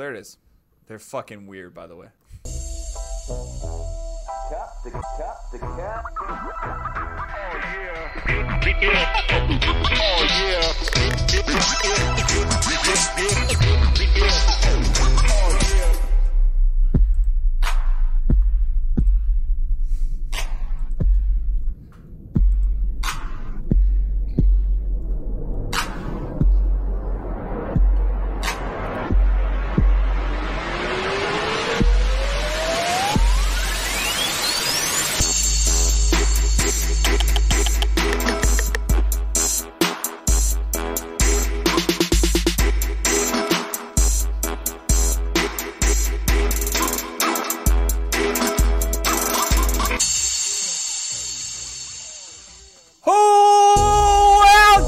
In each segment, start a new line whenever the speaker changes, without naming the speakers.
it is. They're fucking weird, by the way.
Cap the cap the cap.
Oh,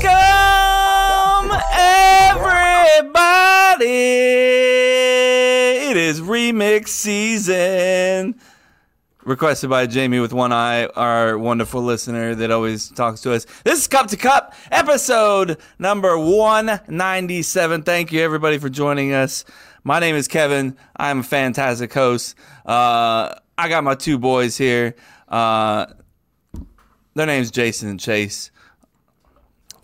welcome everybody! It is remix season. Requested by Jamie with one eye, our wonderful listener that always talks to us. This is Cup to Cup, episode number 197. Thank you, everybody, for joining us. My name is Kevin. I'm a fantastic host. Uh, I got my two boys here. Uh, their name's Jason and Chase.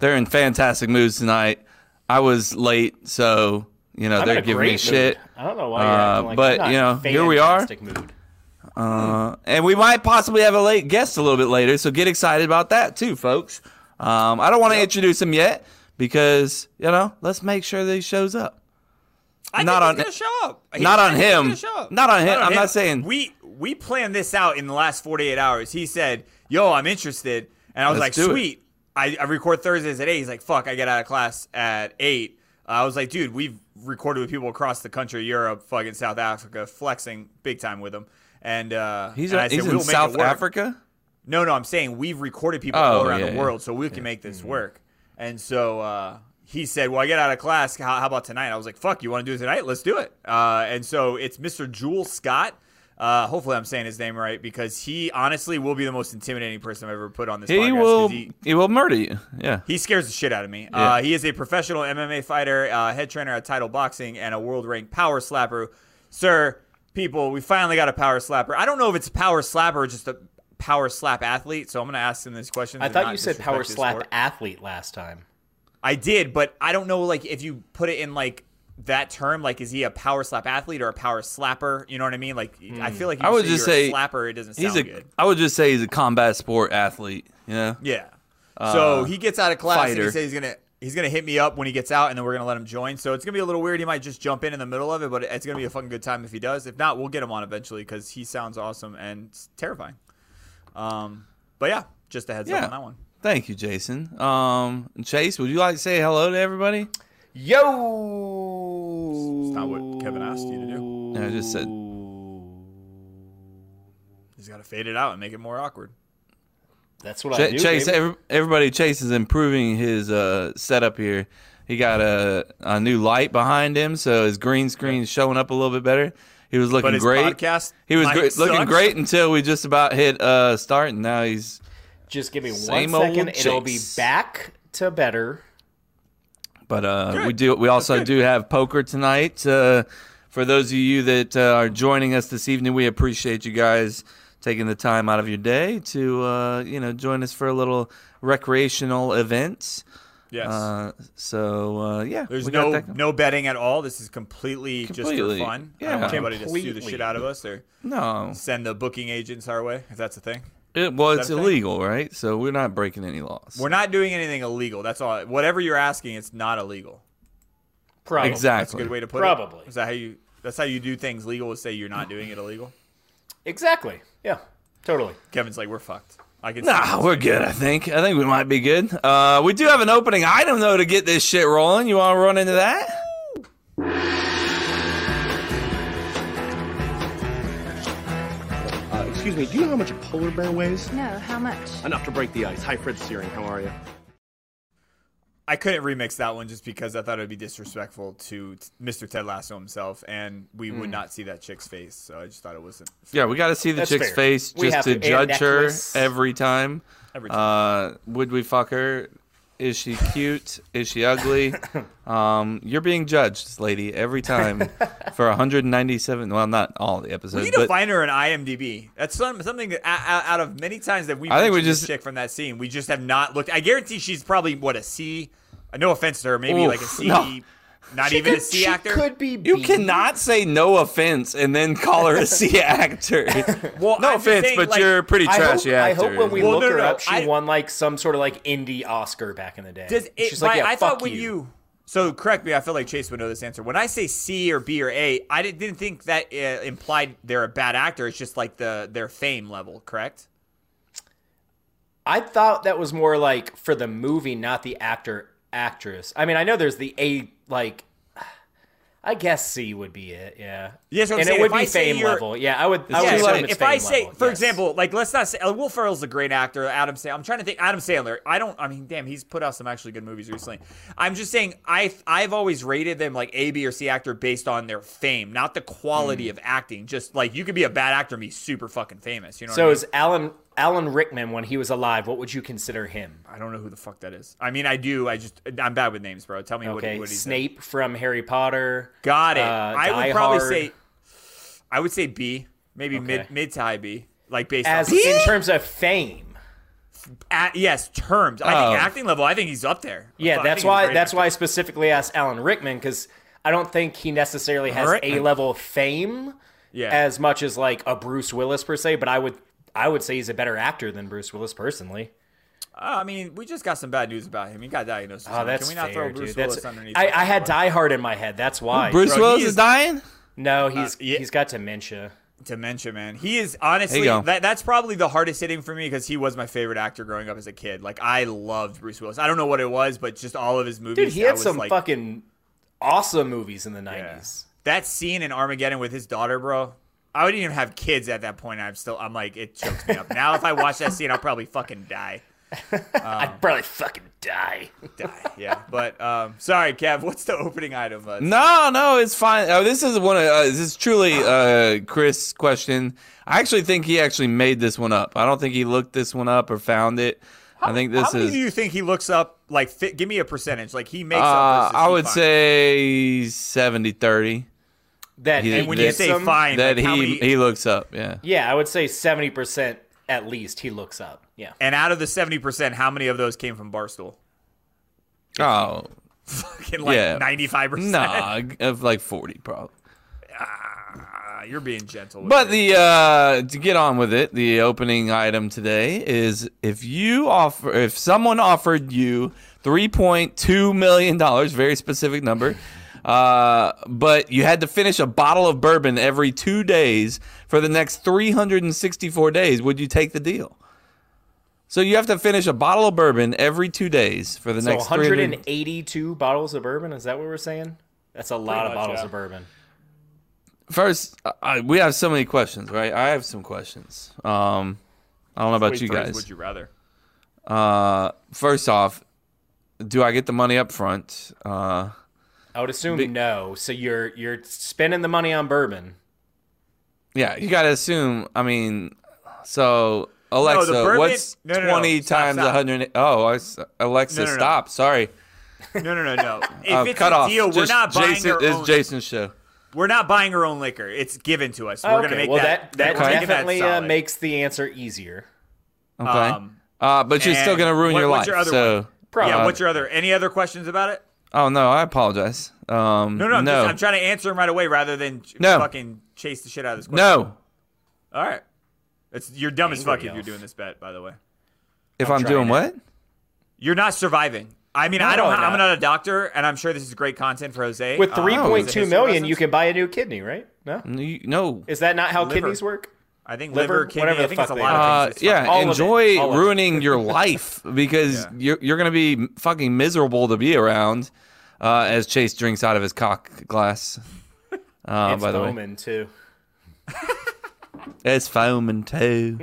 They're in fantastic moods tonight. I was late, so you know
I'm in
they're
a
giving
great
me
mood.
shit.
I don't know why you're
Uh,
acting like
but,
I'm not
you know,
in a
here we are.
fantastic Mood.
Uh, and we might possibly have a late guest a little bit later, so get excited about that too, folks. Um, I don't want to introduce him yet because you know let's make sure that he shows up.
I think
Not on-
he's gonna show up. I
not on
think he's
him.
gonna show up.
Not on him. I'm not saying-
we we planned this out in the last 48 hours. He said, "Yo, I'm interested," and I was
Let's
like,
do it.
"Sweet." I, I record Thursdays at eight. He's like, "Fuck, I get out of class at 8. Uh, I was like, "Dude, we've recorded with people across the country, Europe, fucking South Africa, flexing big time with them." And uh,
He's,
and I said,
he's in
"We'll make it
South
work."
Africa.
No, no, I'm saying we've recorded people
Oh,
all around
yeah,
the
yeah.
world, so we can make this work. And so uh, he said, "Well, I get out of class. How, how about tonight?" I was like, "Fuck, you want to do it tonight? Let's do it." Uh, and so it's Mr. Jewel Scott. Uh, hopefully, I'm saying his name right because he honestly will be the most intimidating person I've ever put on this. podcast
He
'cause
will.
He,
He will murder you. Yeah.
he scares the shit out of me.
Yeah.
Uh, he is a professional MMA fighter, uh, head trainer at Title Boxing, and a world ranked power slapper. Sir, people, we finally got a power slapper. I don't know if it's a power slapper or just a power slap athlete, so I'm going to ask him this question.
I
and
thought
not
you said
disrespect
power
his
slap
sport.
athlete last time.
I did, but I don't know like if you put it in like that term. Like, is he a power slap athlete or a power slapper? You know what I mean? Like, I
Hmm.
feel like if
I
you
would just
you're
say
a slapper. It doesn't sound
He's a. I
good.
would just say he's a combat sport athlete. You know.
Yeah. So he gets out of class and
Uh, fighter.
he says he's gonna he's gonna hit me up when he gets out, and then we're gonna let him join. So it's gonna be a little weird. He might just jump in in the middle of it, but it's gonna be a fucking good time if he does. If not, we'll get him on eventually because he sounds awesome and it's terrifying. Um, but yeah, just a heads up
Yeah.
on that one.
Thank you, Jason. Um, Chase, would you like to say hello to everybody?
Yo.
It's not what Kevin asked you to do.
No, I just said.
He's gotta fade it out and make it more awkward.
That's what I
Ch-
do.
Chase,
baby.
every, everybody, Chase is improving his uh, setup here. He got a, a new light behind him, so his green screen's showing up a little bit better. He was looking
But his
great.
podcast
he was
might
great, looking
suck.
great until we just about hit uh, start, and now he's
eh,
Just give me one
Same old
second. It'll be
Chase.
back to better.
But uh, we
Good.
do. We also
good.
do have poker tonight. Uh, for those of you that uh, are joining us this evening, we appreciate you guys taking the time out of your day to uh, you know join us for a little recreational event.
Yes.
Uh, so uh, yeah,
There's
we got
no
that go-
no betting at all. This is completely,
Completely.
just for fun. I
Yeah.
don't want anybody to sue the
Completely.
shit out of us or
no.
send the booking agents our way, if that's a thing.
It, well, it's
that a thing?
illegal, right? So we're not breaking any laws.
We're not doing anything illegal. That's all. Whatever you're asking, it's not illegal.
Probably.
That's a
exactly.
good way to put it.
Probably.
Is that how you? That's how you do things legal. Is say you're not doing it illegal.
Exactly. Yeah. Totally.
Kevin's like, we're fucked. I can. see
Nah,
this.
we're good. I think. I think we might be good. Uh, we do have an opening item though to get this shit rolling. You want to run into that?
Uh, excuse me, do you know how much a polar bear weighs?
No, how much?
Enough to break the ice. Hi, Fred Searing. How are you?
I couldn't remix that one just because I thought it'd be disrespectful to t- Mr. Ted Lasso himself, and we
Hmm.
would not see that chick's face. So I just thought it wasn't.
Yeah, we got to see the
That's
chick's
fair.
face
We
just
have
to
to.
judge
And
her
necklace.
every time.
Every
Uh, would we fuck her? Is she cute? Is she ugly? Um, you're being judged, lady, every time for 197. Well, not all the
We
episodes,
need to
but
find her in IMDb. That's some, something that out, out of many times that we
I think we
mentioned this
just-
chick from that scene. We just have not looked. I guarantee she's probably what a C. uh, No offense to her, maybe
Oof,
like a C.
no.
Not
She
even
could,
a C
she
actor.
could be.
you
B.
cannot say no offense and then call her a C actor.
Well,
no
I'm just
offense,
saying,
but
like,
you're a pretty
I hope,
trashy
I
actor.
hope when we
Well,
look
no,
her
no,
up, she
I-
won like some sort of like indie Oscar back in the day.
Does it,
She's like,
my-
yeah,
I
fuck
thought when
you.
you. So correct me. I feel like Chase would know this answer. When I say C or B or A, I didn't, didn't think that uh, implied they're a bad actor. It's just like the their fame level, correct?
I thought that was more like for the movie, not the actor actress. I mean, I know there's the A like. I guess C would be it, yeah.
Yes, I'm
and
saying
it would
if
be
I say
fame
you're-
level. Yeah, I would. I would
Yeah,
assume
so
it's
if I
fame
say,
level,
for
yes.
example, like let's not say uh, Will Ferrell's a great actor. Adam Sandler. I'm trying to think. Adam Sandler. I don't. I mean, damn, he's put out some actually good movies recently. I'm just saying. I I've always rated them like A, B, or C actor based on their fame, not the quality
Mm.
of acting. Just like you could be a bad actor and be super fucking famous. You know.
so
what I, mean?
is Alan Alan Rickman when he was alive? What would you consider him?
I don't know who the fuck that is. I mean, I do. I just I'm bad with names, bro. Tell me
Okay,
what, what he's in.
Snape from Harry Potter.
Got it.
uh,
I
Die
would probably
Hard.
say. I would say B, maybe mid
Okay.
mid to high B, like based
as
on
in terms of fame.
At, yes, terms. I
Oh.
think acting level. I think he's up there. I
Yeah,
thought- I think
that's
he's a
why.
great
That's
actor.
why I specifically asked Alan Rickman because I don't think he necessarily has
Rickman.
a level fame
Yeah.
as much as like a Bruce Willis per se. But I would, I would say he's a better actor than Bruce Willis personally.
Uh, I mean, we just got some bad news about him. He got diagnosed. with
Oh,
something.
that's
Can we not
fair,
throw Bruce
dude.
Willis
That's,
underneath?
I,
that?
I had Die Hard in my head. That's why.
Bruce
Bro, he
Willis is
is-
dying.
no, he's
Uh, yeah.
he's got dementia.
dementia, man. He is honestly
you go.
that, that's probably the hardest hitting for me because he was my favorite actor growing up as a kid. Like I loved Bruce Willis. I don't know what it was, but just all of his movies.
Dude, he
I
had
was
some
like,
fucking awesome movies in the
yeah.
nineties.
That scene in Armageddon with his daughter, bro. I wouldn't even have kids at that point. I'm still. I'm like, it chokes me up. Now, if I watch that scene, I'll probably fucking die.
I'd probably fucking die.
Die. Yeah. But um, sorry, Kev. What's the opening item? Uh,
No, no, it's fine. Oh, this is one. Of, uh, this is truly uh, Chris' question. I actually think he actually made this one up. I don't think he looked this one up or found it. I think
How
this
many
is.
do you think he looks up? Like, fi- give me a percentage. Like he makes
uh,
up. versus
I
he
would
finds.
say 70 30
That
He's-
he
And when you
that-
say
some-
fine,
that
like,
he
how many-
he looks up. Yeah.
yeah, I would say seventy percent at least. He looks up. Yeah.
and out of the seventy percent, how many of those came from Barstool?
Oh
Fucking like
Yeah.
ninety-five percent.
nah, of like 40 probably.
you're being gentle. With
But
it.
the uh, to get on with it, the opening item today is if you offer if someone offered you three point two million dollars, very specific number, uh, but you had to finish a bottle of bourbon every two days for the next three hundred and sixty four days, would you take the deal? So you have to finish a bottle of bourbon every two days for the
So
next three hundred.
182 bottles of bourbon. Is that what we're saying? That's a lot of
much,
bottles
yeah.
of bourbon.
First, I- I, we have so many questions, right? I have some questions. Um, I don't know about
Wait,
you
first,
guys.
Would you rather?
Uh, first off, do I get the money up front? Uh,
I would assume no. So you're you're spending the money on bourbon.
yeah, you gotta assume. I mean, so Alexa,
bourbon-
what's
no, no, no,
twenty
stop,
times
stop.
a hundred? Oh, I s Alexa,
No, no, no.
stop. Sorry,
No, no, no, no. If
uh,
it's
cut
a
off.
deal, we're
Just
not buying
Jason,
our
it's
own.
Jason's show.
We're not buying our own liquor. It's given to us. We're gonna make
well,
that.
that that,
we're making
definitely uh,
solid.
makes the answer easier.
Okay,
Um,
uh, but you're still
and
gonna ruin
what-
your
what's
life.
your other
so, uh,
one?
Probably.
Yeah. What's your other? Any other questions about it?
oh no, I apologize. Um,
No, no. I'm, Just, I'm trying to answer them right away rather than
No.
fucking chase the shit out of this question.
no.
All right. It's you're dumb as
Angry
fuck if you're
elf.
doing this bet, by the way.
If I'm,
trying
doing
it.
what?
You're not surviving. I mean, I
No,
don't.
I'm
I'm
not.
not a doctor, and I'm sure this is great content for Jose.
Oh,
With
Uh,
three point
he's a
two
history
million,
lesson.
you can buy a new kidney, right? No,
You- No,
is that not how
Liver.
kidneys work?
I think
liver,
liver, kidney.
whatever
I
the
think it's a
fuck
lot
they
of
Uh,
things. It's
yeah,
All of it.
enjoy
All of it.
ruining your life because
Yeah.
you're you're gonna be fucking miserable to be around. Uh, as Chase drinks out of his cock glass. Uh,
it's
by the way,
Bowman too.
it's foaming too.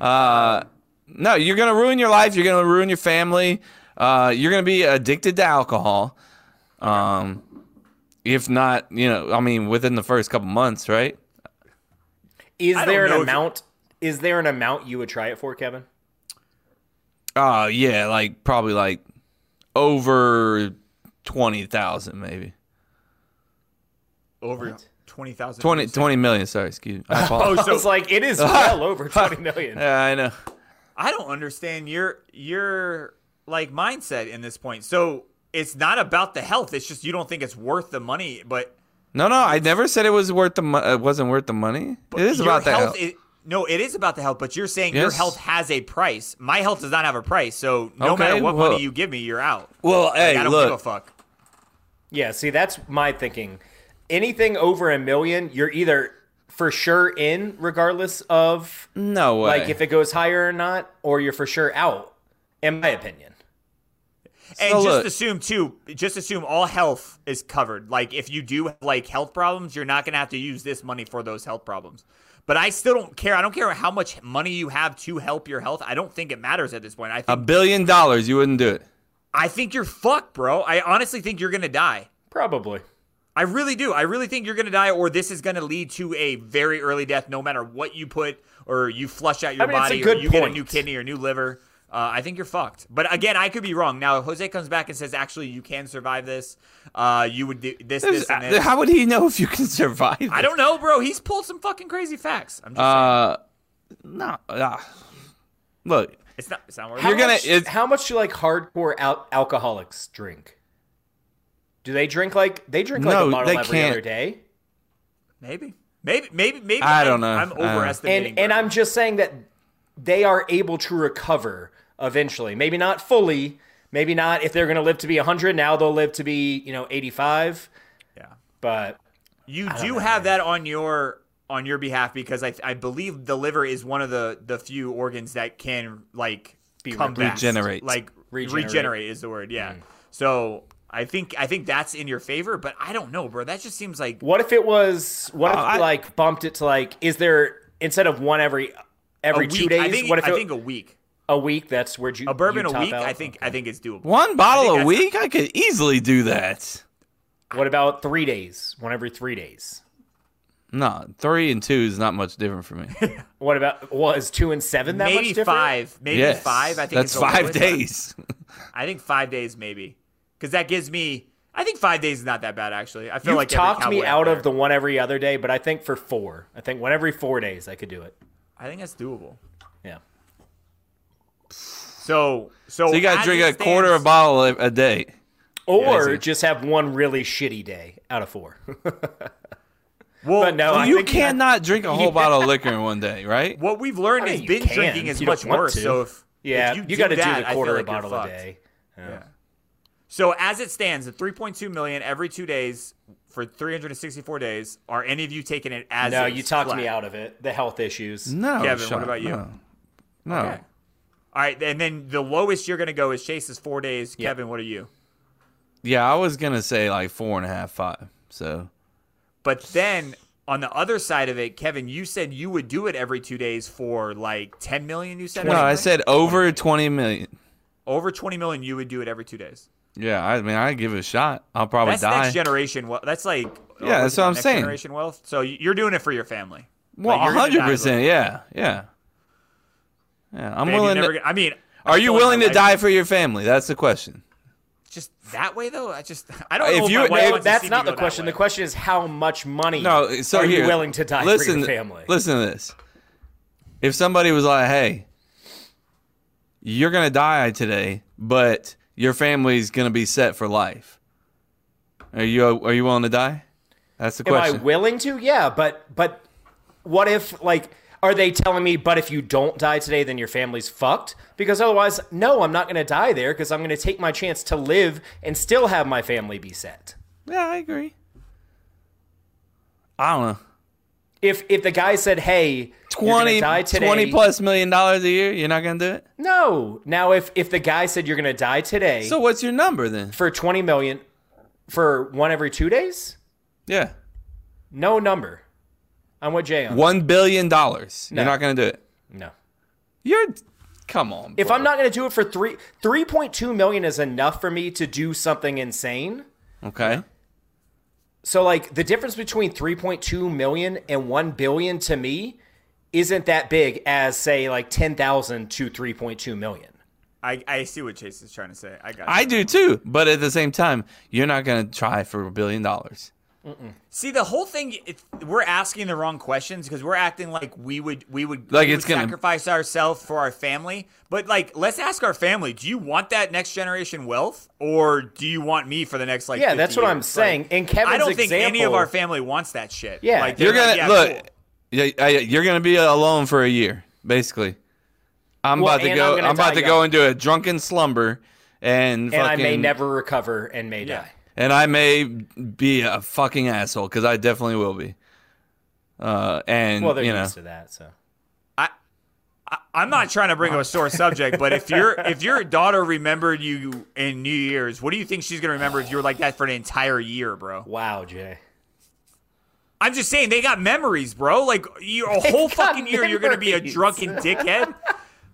uh, no, you're gonna ruin your life. You're gonna ruin your family. Uh, you're gonna be addicted to alcohol. Um, if not, you know, I mean, within the first couple months, right?
Is
I don't know
there
if
an
you-
amount? Is there an amount you would try it for, Kevin?
Oh yeah, like Uh, probably like over twenty thousand, maybe
Over twenty thousand.
20, 20 million. Sorry, excuse me. I
Oh,
apologize.
So
so
it's like it is well over twenty million.
yeah, I know.
I don't understand your your like mindset in this point. So it's not about the health. It's just you don't think it's worth the money. But
No, no, I never said it was worth the mo- it wasn't worth the money. it is
your
about the
health.
health.
is- no, it is about the health. But you're saying your
Yes.
health has a price. My health does not have a price. So no
Okay,
matter what
well-
money you give me, you're out.
well,
Like, I
hey,
don't give a
look,
fuck.
Yeah, see, that's my thinking. Anything over a million, you're either for sure in, regardless of
no way.
like if it goes higher or not, or you're for sure out. In my opinion,
And
So
just
look-
assume too, just assume all health is covered. Like if you do have like health problems, you're not gonna have to use this money for those health problems. But I still don't care. I don't care how much money you have to help your health. I don't think it matters at this point. I
a
think
billion dollars, you wouldn't do it.
I think you're fucked, bro. I honestly think you're gonna die.
probably.
I really do. I really think you're gonna die, or this is gonna lead to a very early death, no matter what you put or you flush out your
I mean, it's a
body, or
good
you get a
point.
new kidney or new liver. Uh, I think you're fucked. But again, I could be wrong. Now, if Jose comes back and says, "Actually, you can survive this. Uh, you would do this,
There's-
this, and this."
How would he know if you can survive?
I don't know, bro. He's pulled some fucking crazy facts. I'm just saying.
Uh, no. Uh, look,
It's not. It's not worth.
You're
it.
How
gonna-
much-
it's-
how much do like hardcore al- alcoholics drink? Do they drink like they drink like
No,
a bottle
they
every
can't.
other day?
Maybe. Maybe. Maybe. Maybe.
I
I'm-
don't know. Uh, I
I'm
don't know.
overestimating.
And and
bro.
I'm just saying that they are able to recover eventually. Maybe not fully. Maybe not if they're going to live to be 100. Now they'll live to be you know 85.
Yeah.
But
You do have that on your on your behalf because I I believe the liver is one of the the few organs that can like
Be
come
re-
back.
Regenerate.
Like regenerate.
Regenerate. Mm.
is the word. Yeah. So I think I think that's in your favor, but I don't know, bro. That just seems like
what if it was? What if
Uh, I-
like bumped it to like? Is there instead of one every every
a
two
week.
days?
I think
what if
I
it,
think a week.
a week? That's where you
A bourbon
you
a
top
week.
out?
I think I think it's doable.
one
I
bottle a
think
week, I could easily do that.
What about three days? One every three days.
No, three and two is not much different for me.
What about well is two and seven that much
maybe
different?
five. Maybe
yes,
five. I think
that's
is the
five
lowest.
days.
Oh, I think five days maybe, because that gives me. I think five days is not that bad actually. I feel
You've
like every
talked me
cowboy
out
there-
of the one every other day, but I think for four, I think one every four days I could do it.
I think that's doable.
Yeah.
So so,
So you got to
as
drink
it
a quarter
stands-
of a bottle a a day.
Or
easy.
just have one really shitty day out of four.
Well,
But no, I
you
think you have-
cannot drink a whole bottle of liquor in one day, right?
what we've learned
I mean,
is
you
binge
can,
drinking is
you don't
much
want
worse.
to.
So if
yeah,
if
you,
you,
got to do
that,
the
I feel
quarter
like
a bottle
you're
a
fucked.
day.
So as it stands, the 3.2 million every two days for 364 days. Are any of you taking it as?
No,
is
you talked
flat?
me out of it. The health issues.
No,
Kevin, what
Sean,
about you?
No, no.
Okay. All right, and then the lowest you're gonna go is Chase's four days. Kevin, what are you?
yeah, I was gonna say like four and a half, five. So
But then on the other side of it, Kevin, you said you would do it every two days for like 10 million. You said
no, I
Right?
said over twenty million.
over 20 million. You would do it every two days.
Yeah, I mean, I give it a shot. I'll probably
That's
die.
next generation. Well, that's like oh,
Yeah,
is
that's
it
what I'm
next
saying.
Generation wealth. So y- you're doing it for your family.
Well,
Like, you're gonna
hundred
die
percent. Yeah, yeah, yeah. I'm
Babe, you're
willing. To,
never gonna- I mean,
are you willing to die for your family? That's the question.
just that way though? I just I don't
If
know. If
you-
you,
if-
that's not the question. The question is how much money
No, so
are
here,
you willing to die
listen,
for your family?
Listen to this. If somebody was like, "Hey, you're gonna die today, but your family's gonna be set for life," are you are you willing to die? That's the
Am I
question.
willing to? Yeah, but but what if like are they telling me? But if you don't die today, then your family's fucked. Because otherwise, no, I'm not going to die there because I'm going to take my chance to live and still have my family be set.
yeah, I agree. I don't know.
If if the guy said, "Hey,
20,
you're gonna die today,
20 plus million dollars a year, you're not gonna do it.
no. Now, if if the guy said you're going to die today
So what's your number then?
for 20 million for one every two days,
Yeah.
no number. I'm with Jay on that.
One billion dollars. You're
No.
not gonna do it.
no.
You're come on.
If
bro.
I'm not going to do it for three, 3.2 million is enough for me to do something insane.
okay,
So like the difference between 3.2 million and 1 billion to me isn't that big as say like 10,000 to 3.2 million.
I, I see what Chase is trying to say. I got.
I
you.
do too, but at the same time, you're not going to try for a billion dollars.
see the whole thing. It's, we're asking the wrong questions because we're acting like we would we would
Like
we
it's
would
gonna-
sacrifice ourselves for our family. But like, let's ask our family: Do you want that next generation wealth, or do you want me for the next like?
Yeah, that's
50
what I'm
years?
saying.
Like,
In Kevin's
I don't think any of
example-
our family wants that shit.
Yeah.
like,
You're
they're like,
gonna
yeah,
look.
cool.
Yeah, I- you're gonna be alone for a year, basically. I'm
Well,
about to
and
go.
I'm
I'm,
gonna
about
die
to go into a drunken slumber, and
and I
fucking,
may never recover and may
Yeah.
die.
and I may be a fucking asshole because I definitely will be. Uh, and
Well, they're
you know,
used to that, so
I'm not trying to bring up a sore subject, but if your if your daughter remembered you in New Year's, what do you think she's gonna remember if you were like that for an entire year, bro?
wow, Jay.
I'm just saying they got memories, bro. Like you a whole
got
fucking year, you're gonna be a
memories.
drunken dickhead.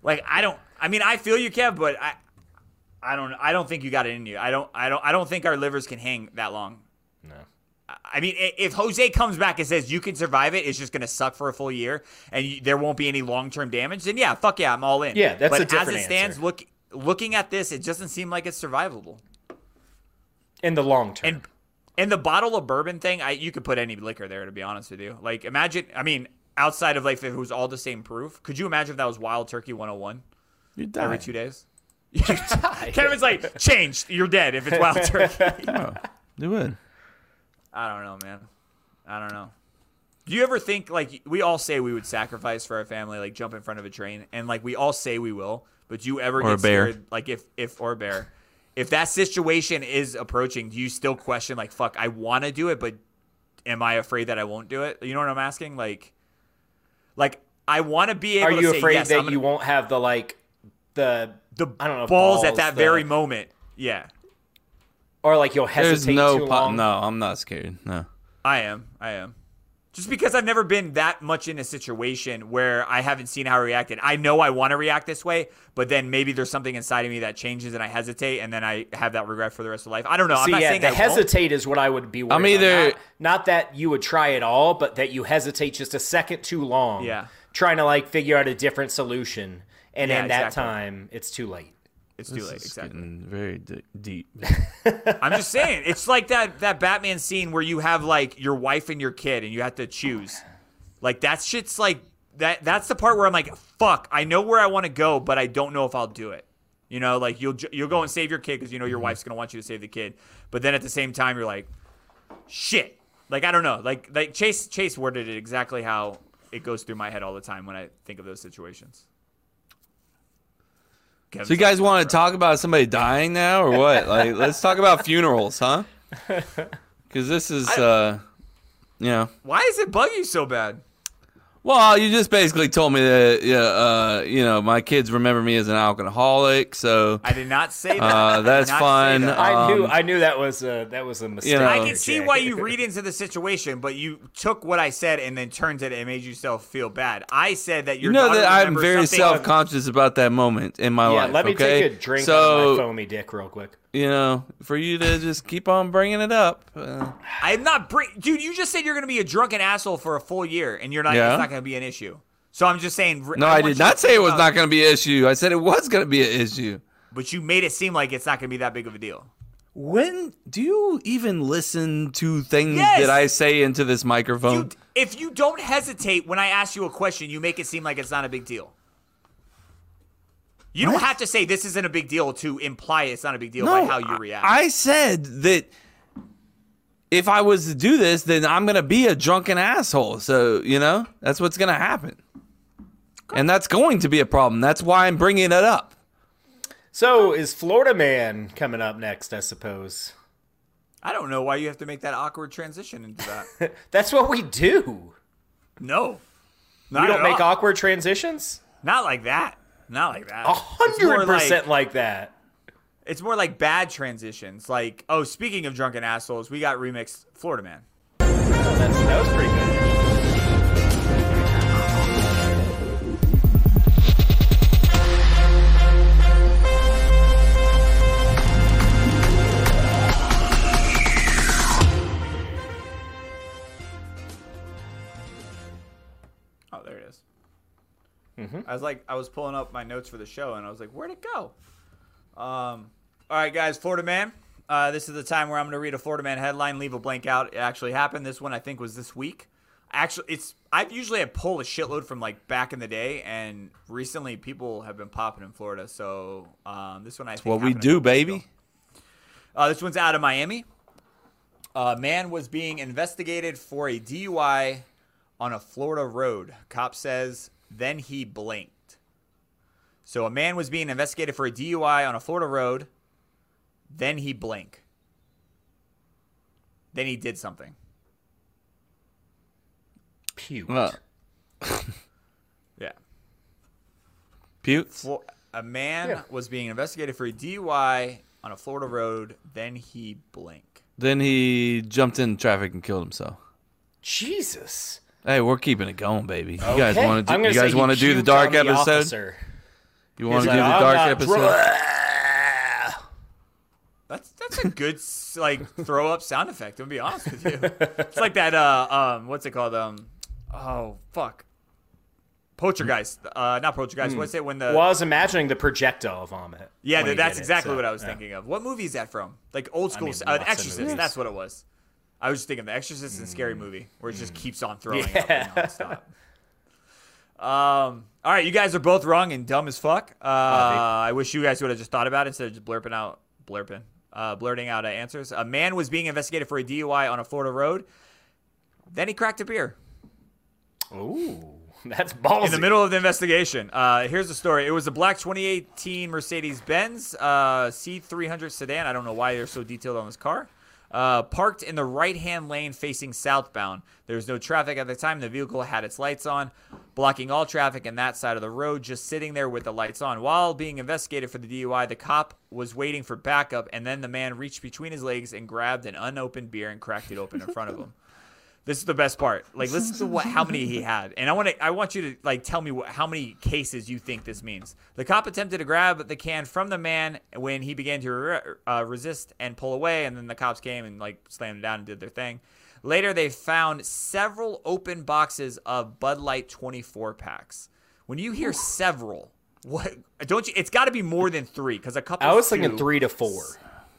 Like I don't. I mean, I feel you, Kev, but I I don't. I don't think you got it in you. I don't. I don't. I don't think our livers can hang that long.
No.
I mean, i- if Jose comes back and says you can survive it, it's just going to suck for a full year, and you, there won't be any long term damage. Then yeah, fuck yeah, I'm all in.
Yeah, that's
but
a different
as it stands,
answer.
look, looking at this, it doesn't seem like it's survivable.
In the long term.
And and the bottle of bourbon thing, I you could put any liquor there. To be honest with you, like imagine, I mean, outside of like if it was all the same proof, could you imagine if that was Wild Turkey 101
you
every
die.
two days? Kevin's like, changed. You're dead if it's Wild Turkey.
You would.
I don't know, man. I don't know. Do you ever think like we all say we would sacrifice for our family, like jump in front of a train, and like we all say we will, but do you ever
Or a
get
bear.
scared, like if if or a bear, if that situation is approaching, do you still question like fuck, I want to do it, but am I afraid that I won't do it? You know what I'm asking? Like, like I want to be able.
Are
to
you
say,
afraid
yes,
that
I'm gonna-
you won't have the like the
the
I don't know,
balls, at
balls,
that
the-
very moment? Yeah,
or like you'll
There's
hesitate
no
too
po-
long?
no. I'm not scared. No.
I am. I am. Just because I've never been that much in a situation where I haven't seen how I reacted. I know I want to react this way, but then maybe there's something inside of me that changes and I hesitate and then I have that regret for the rest of life. I don't know. I'm
See,
not
yeah,
saying
the
I won't.
hesitate is what I would be. Worried
I'm
about.
either-
not, not that you would try it all, but that you hesitate just a second too long.
Yeah.
trying to like figure out a different solution, and
Yeah,
in that
exactly.
time, it's too late.
It's too late.
It's
Exactly.
getting very d- deep.
I'm just saying. It's like that that Batman scene where you have like your wife and your kid and you have to choose. Like that shit's like that that's the part where I'm like, fuck, I know where I want to go, but I don't know if I'll do it. You know, like you'll ju- you'll go and save your kid cuz you know
Mm-hmm.
your wife's going to want you to save the kid. But then at the same time you're like, shit. Like I don't know. Like like Chase Chase worded it exactly how it goes through my head all the time when I think of those situations.
So you guys want to talk about somebody dying now or what? Like, let's talk about funerals, huh? Because this is, uh, you know.
Why is it bugging you so bad?
Well, you just basically told me that, yeah, uh, you know, my kids remember me as an alcoholic, so
I did not say that.
uh,
I did
that's
not say
fine.
that.
I knew,
Um,
I knew that was a, that was a mistake.
know-
I
Oh,
can see
Jay.
why you read into the situation, but you took what I said and then turned it and made yourself feel bad. I said that
You
your
know
daughter
that I'm
remembers
very
something-
self conscious about that moment in my
Yeah,
life.
let me
okay?
take a drink
So,
on my foamy dick real quick.
you know, for you to just keep on bringing it up. Uh,
I'm not, br- dude. You just said you're going to be a drunken asshole for a full year, and you're not.
Yeah.
It's not going to be an issue. So I'm just saying. r-
no, I,
want you
did
to
not say it
think
was
about-
not going to be an issue. I said it was going to be an issue.
But you made it seem like it's not going to be that big of a deal.
When do you even listen to things
Yes.
that I say into this microphone?
Um,
You, if you don't hesitate when I ask you a question, you make it seem like it's not a big deal. You don't have to say this isn't a big deal to imply it's not a big deal by how you
I-
react.
I said that if I was to do this, then I'm gonna be a drunken asshole. So you know that's what's gonna happen, and that's going to be a problem. That's why I'm bringing it up.
So is Florida Man coming up next? I suppose
I don't know why you have to make that awkward transition into that.
that's what we do.
no, not
We don't
at
make
all.
awkward transitions.
Not like that. Not like that.
A
It's more
hundred percent
Like,
like that.
it's more like bad transitions. Like, oh, speaking of drunken assholes, we got remixed Florida Man.
That's, that was pretty good.
Mm-hmm.
Oh, there it is. I was like, I was pulling up my notes for the show, and I was like, where'd it go? Um, all right, guys, Florida Man. Uh, this is the time where I'm going to read a Florida Man headline, leave a blank out. It actually happened. This one I think was this week. Actually, it's I've usually I pull a shitload from like back in the day, and recently people have been popping in Florida. So um, this one I think
What we
happened a
do,
couple weeks
baby.
ago. Uh, this one's out of Miami. A man was being investigated for a DUI on a Florida road. Cop says, then he blinked. So a man was being investigated for a DUI on a Florida road. Then he blinked. Then he did something.
Puke.
Well,
Yeah.
putes.
Flo- a man
Yeah.
was being investigated for a DUI on a Florida road. Then he blinked.
Then he jumped in traffic and killed himself.
Jesus.
Hey, we're keeping it going, baby. You guys
Okay.
want to
I'm
do?
gonna
You guys
say
want to
he
do the
puked
dark
on the
episode?
officer.
You want to
He's
do the
like, "I'm
dark
not
episode?
That's that's a good s- like throw up sound effect. I'm gonna be honest with you. It's like that uh um what's it called um oh fuck poltergeist uh not poltergeist what's it when the
Well, I was imagining the projectile vomit.
yeah
when
th-
he
that's
did it,
exactly
so,
what I was
yeah.
thinking of. What movie is that from? Like old school
mean,
s- uh,
lots of
Exorcist.
movies.
That's what it was. I was just thinking the Exorcist and Scary Movie where it just keeps on throwing
Mm. Yeah.
up nonstop. Um. All right, you guys are both wrong and dumb as fuck. Uh,
Oh,
I wish you guys would have just thought about it instead of just blurping out, blurping, uh, blurting out uh, answers. A man was being investigated for a DUI on a Florida road. Then he cracked a beer
Ooh, that's ballsy.
in the middle of the investigation. Uh, here's the story. It was a black 2018 Mercedes Benz uh, C300 sedan. I don't know why they're so detailed on this car. Uh, parked in the right hand lane facing southbound. There was no traffic at the time. The vehicle had its lights on, blocking all traffic in that side of the road, just sitting there with the lights on. While being investigated for the DUI, the cop was waiting for backup, and then the man reached between his legs and grabbed an unopened beer and cracked it open in front of him. This is the best part. Like, listen to what how many he had, and I want to. I want you to like tell me what, how many cases you think this means. The cop attempted to grab the can from the man when he began to re- uh, resist and pull away, and then the cops came and like slammed him down and did their thing. Later, they found several open boxes of Bud Light 24 packs. When you hear several, what don't you? It's got to be more than three because a couple.
I was
two,
thinking three to four.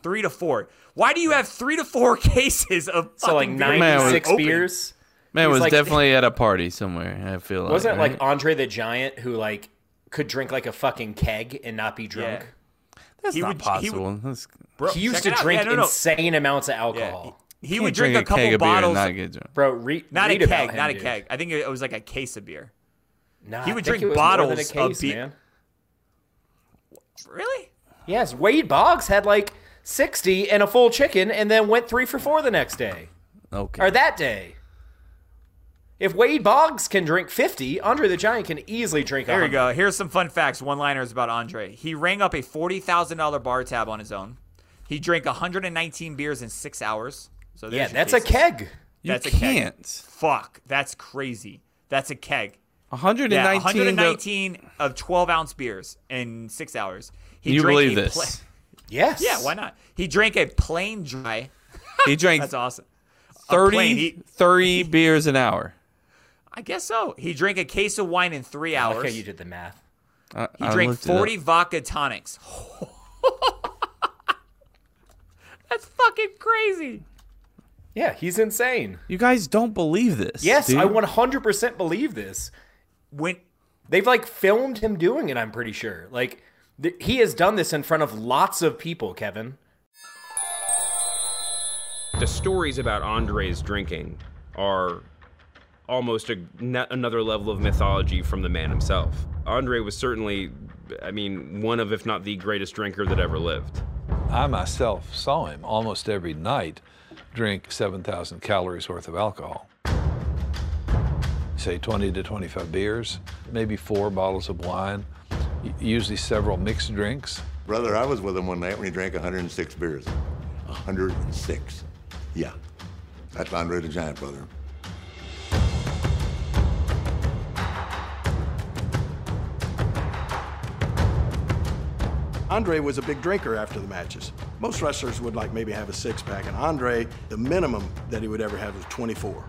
three to four. Why do you have three to four cases of
So like
fucking beer
Man, it was
ninety-six
open?
beers.
Man was
like-
definitely at a party somewhere. I feel like
Wasn't it
right?
like Andre the Giant who like could drink like a fucking keg and not be drunk?
Yeah.
that's
he
not
would- he
possible. That's-
Bro,
He used
check
to
it out.
drink
Yeah, no, no.
insane amounts of
Yeah,
alcohol.
He, he
you
would
can't
drink, a couple
keg of beer
bottles.
and not get drunk.
Bro, re-
not
read
a
about
keg,
him,
not a
dude.
keg. I think it was like a case of beer.
Nah,
He
I
would
think
drink
it was more than a
bottles of
case,
beer.
man.
Really?
Yes, Wade Boggs had like sixty and a full chicken, and then went three for four the next day
Okay.
or that day. If Wade Boggs can drink fifty, Andre the Giant can easily drink.
There you
100.
go. Here's some fun facts, one-liners about Andre. He rang up a forty thousand dollar bar tab on his own. He drank 119 beers in six hours. So
Yeah,
there's your
that's a
cases.
keg.
you
That's a keg.
can't.
Fuck, that's crazy. That's a keg.
One hundred and
Yeah,
nineteen.
119 of 12 ounce beers in six hours. He
You
drank
believe
a
this?
pla-
Yes.
yeah, why not? He drank a plain dry.
he drank
That's awesome. A plain,
30,
he-
30 beers an hour.
I guess so. He drank a case of wine in three
I
hours.
like how you did the math.
I,
He
I
drank
looked it up.
40 vodka tonics. That's fucking crazy.
Yeah, he's insane.
You guys don't believe this.
Yes,
dude.
I 100% believe this.
When
They've like filmed him doing it, I'm pretty sure. Like th- he has done this in front of lots of people, Kevin.
the stories about Andre's drinking are almost a, n- another level of mythology from the man himself. Andre was certainly, I mean, one of, if not the greatest drinker that ever lived.
I myself saw him almost every night drink 7,000 calories worth of alcohol. Say 20 to 25 beers, maybe four bottles of wine, u- usually several mixed drinks.
Brother, I was with him one night when he drank 106 beers. 106. Yeah. That's Andre the Giant, brother.
Andre was a big drinker after the matches. Most wrestlers would like maybe have a six pack, and Andre, the minimum that he would ever have was 24.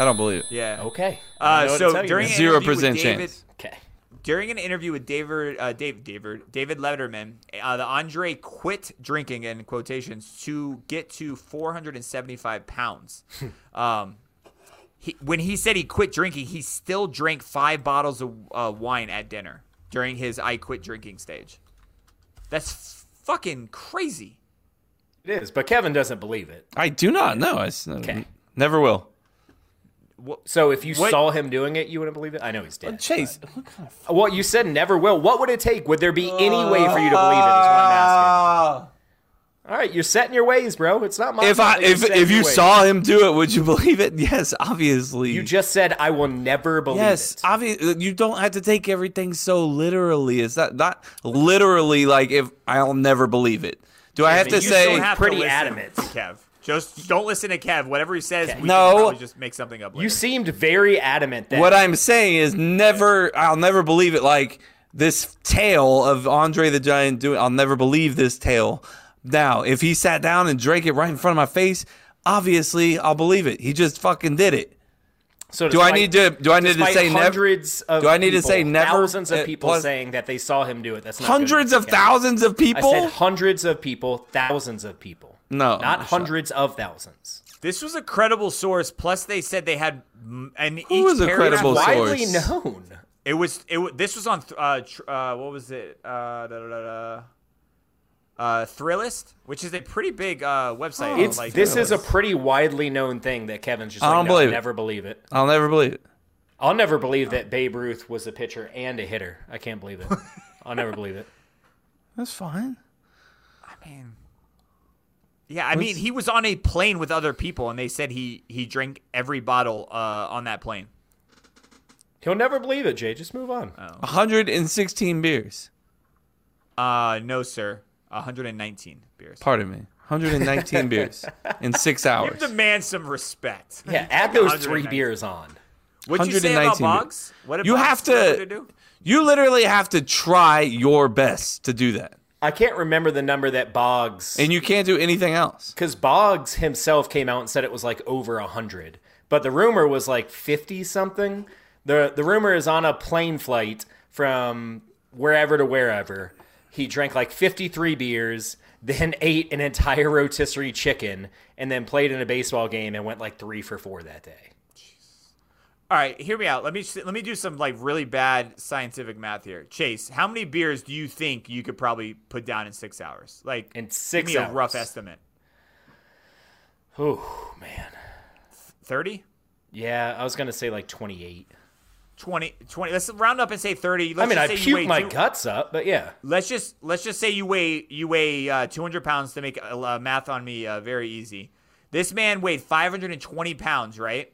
I don't believe it.
yeah.
Okay.
Uh,
I don't know what to
so
tell you,
during
man.
an
Zero
interview with
percent
David-
chance.
Uh, okay.
During an interview with David, uh, Dave, David, David Letterman, uh, the Andre quit drinking in quotations to get to 475 pounds. um, he, when he said he quit drinking, he still drank five bottles of uh, wine at dinner during his "I quit drinking" stage. That's fucking crazy.
It is, but Kevin doesn't believe it.
I do not know. I s- uh,
Okay.
never will.
So if you
What-
saw him doing it, you wouldn't believe it. I know he's dead.
Chase,
Well, you said never will. What would it take? Would there be any way for you to believe it? Is what I'm asking. All right, you're set in your ways, bro. It's not my.
Uh, if I
fault that you're
if
set in
if
your
you
ways.
saw him do it, would you believe it? Yes, obviously.
you just said I will never believe
yes,
it.
obviously. You don't have to take everything so literally. Is that not literally like if I'll never believe it? Do I have
You
to
still
say?
have to
pretty
listen
adamant.
to Kev. Just don't listen to Kev. Whatever he says, we
No.
can probably just make something up. Later.
you seemed very adamant that
What I'm saying is never. I'll never believe it. Like this tale of Andre the Giant doing. I'll never believe this tale. Now, if he sat down and drank it right in front of my face, obviously I'll believe it. He just fucking did it.
So
Do I need to- do I need to
despite
say nev-
hundreds of
do I need to
people,
say never,
thousands
uh,
of people
plus-
saying that they saw him do it? That's not good
Hundreds
enough,
of
Kevin.
thousands of
I
people.
said hundreds of people, thousands of people.
No,
not
shut-
hundreds of thousands.
This was a credible source. Plus, they said they had mm, and
Who
each
was a
paragraph-
credible source?
Widely known.
It was it. wa- This was on th- uh, tr- uh what was it uh da, da, da, da. uh Thrillist, which is a pretty big uh website.
It's
like
this is a
Thrillist.
pretty widely known thing that Kevin's just.
I
like,
don't
"No,
believe it."
Never believe it.
I'll never believe it.
I'll never believe that Babe Ruth was a pitcher and a hitter. I can't believe it. I'll never believe it.
That's fine.
yeah. I mean, he was on a plane with other people, and they said he he drank every bottle uh on that plane.
He'll never believe it, Jay. Just move on.
116 beers.
Uh no, sir. 119 beers.
Pardon me. 119 beers in six
Give
hours.
the man some respect.
yeah, add those
119.
three beers on.
What'd you say about
119 beers.
Boggs? What did
You
Boggs
have
tell you
to- You literally have to try your best to do that,
I can't remember the number that Boggs
and you can't do anything else.
because Boggs himself came out and said it was like over a hundred, but the rumor was like fifty something. the The rumor is on a plane flight from wherever to wherever. He drank like fifty three beers, then ate an entire rotisserie chicken, and then played in a baseball game and went like three for four that day.
All right, hear me out. Let me let me do some like really bad scientific math here. Chase, how many beers do you think you could probably put down in six hours? Like
In
give
six
me a rough
hours.
estimate.
Oh man,
Thirty.
yeah, I was gonna say like twenty eight.
20, 20 let's round up and say 30
I
let's
mean, I
just say you weigh
puked my
two-
guts up, but yeah,
let's just let's just say you weigh you weigh uh, 200 pounds to make uh, math on me uh, very easy this man weighed 520 pounds right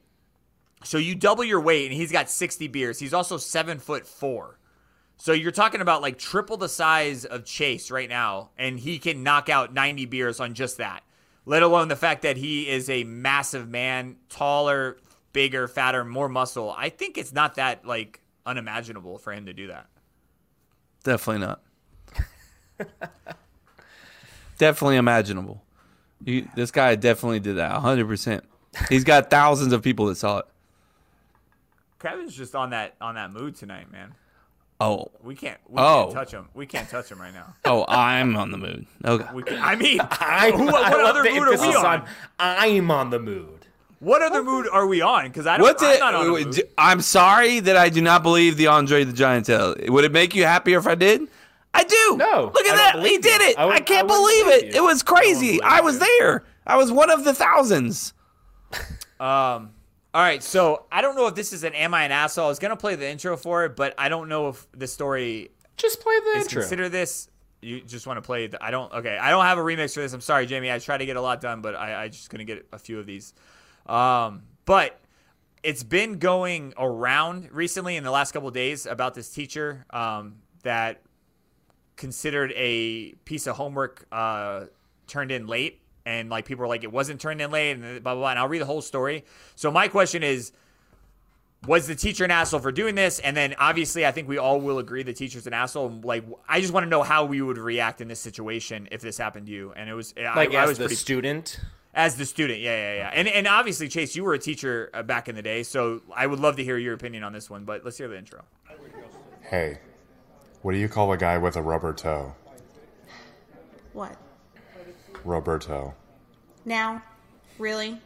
so you double your weight and he's got 60 beers he's also seven foot four so you're talking about like triple the size of chase right now and he can knock out 90 beers on just that let alone the fact that he is a massive man taller bigger fatter more muscle i think it's not that like unimaginable for him to do that
Definitely not. definitely imaginable. You, this guy definitely did that. 100%. He's got thousands of people that saw it.
Kevin's just on that on that mood tonight, man.
Oh,
We can't. We
Oh.
can't touch him. We can't touch him right now.
oh, I'm on the mood. Okay.
We can, I mean,
I,
who- what other mood are we on?
I'm on the mood.
what other mood are we on? Because I don't.
What's
I'm
it?
not on a
wait,
mood.
d- I'm sorry that I do not believe the Andre the Giant tale. Would it make you happier if I did? I do.
No,
Look at
I don't
that.
believe
He
you.
did it.
I
I,
wouldn't-
can't
I wouldn't
believe
believe
it.
you.
It was crazy. I, was there. I was one of the thousands.
All right, so I don't know if this is an "Am I an asshole?" I was gonna play the intro for it, but I don't know if the story
Just play the
is
intro.
consider this. You just want to play. The, I don't. Okay, I don't have a remix for this. I'm sorry, Jamie. I tried to get a lot done, but I, I just couldn't get a few of these. Um, but it's been going around recently in the last couple of days about this teacher um, that considered a piece of homework uh, turned in late, and like people were like, it wasn't turned in late, and blah blah blah. And I'll read the whole story. So my question is was the teacher an asshole for doing this? And then obviously, I think we all will agree the teacher's an asshole. Like, I just want to know how we would react in this situation if this happened to you. And it was
like
I, I
as
was
the
pretty
student.
as the student. Yeah, yeah, yeah. And and obviously, Chase, you were a teacher uh, back in the day, so I would love to hear your opinion on this one. But let's hear the intro.
Hey, what do you call a guy with a rubber toe?
What?
Rubber toe.
Now? Really?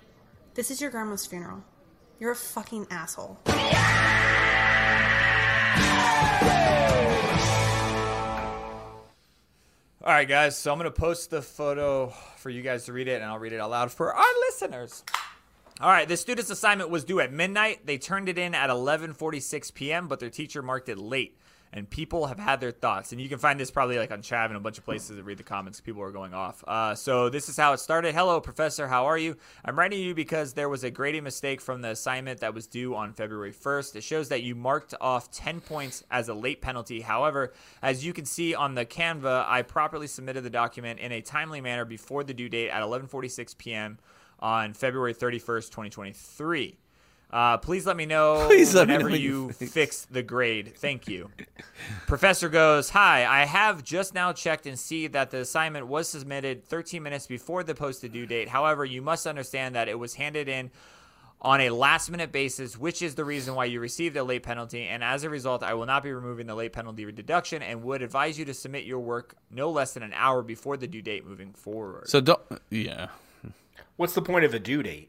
This is your grandma's funeral. You're a fucking asshole.
All right, guys. So I'm going to post the photo for you guys to read it, and I'll read it out loud for our listeners. All right, the student's assignment was due at midnight. They turned it in at 11:46 p.m., but their teacher marked it late. And people have had their thoughts, and you can find this probably like on Chav and a bunch of places to read the comments. People are going off. Uh, so this is how it started. Hello, professor. How are you? I'm writing you because there was a grading mistake from the assignment that was due on February 1st. It shows that you marked off 10 points as a late penalty. However, as you can see on the Canva, I properly submitted the document in a timely manner before the due date at 11:46 p.m on February 31st, 2023. Uh, please let me know
Please let me
whenever
know when
you
you
fix the grade. Thank you. Professor goes, Hi, I have just now checked and see that the assignment was submitted 13 minutes before the posted due date. However, you must understand that it was handed in on a last minute basis, which is the reason why you received a late penalty. And as a result, I will not be removing the late penalty deduction and would advise you to submit your work no less than an hour before the due date moving forward.
So don't. Yeah.
What's the point of a due date?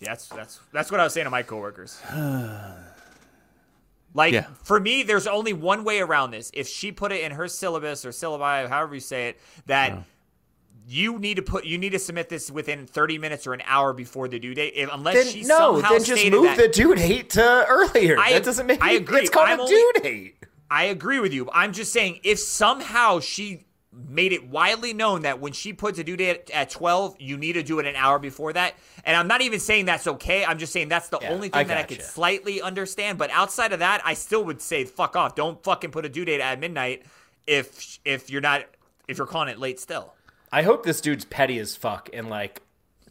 That's that's that's what I was saying to my coworkers. Like
Yeah.
for me, there's only one way around this. If she put it in her syllabus or syllabi, however you say it, that you need to put you need to submit this within 30 minutes or an hour before the due date. If, unless
Then
she
no,
somehow
then just
stated
move
that,
the due date to earlier.
I-
that doesn't make
I
any-
agree.
It's called
I'm
a
only-
due date.
I agree with you. I'm just saying if somehow she made it widely known that when she puts a due date at 12, you need to do it an hour before that. And I'm not even saying that's okay. I'm just saying that's the only thing
I
that I
gotcha.
could slightly understand. But outside of that, I still would say fuck off. Don't fucking put a due date at midnight if if you're not if you're calling it late still.
I hope this dude's petty as fuck and like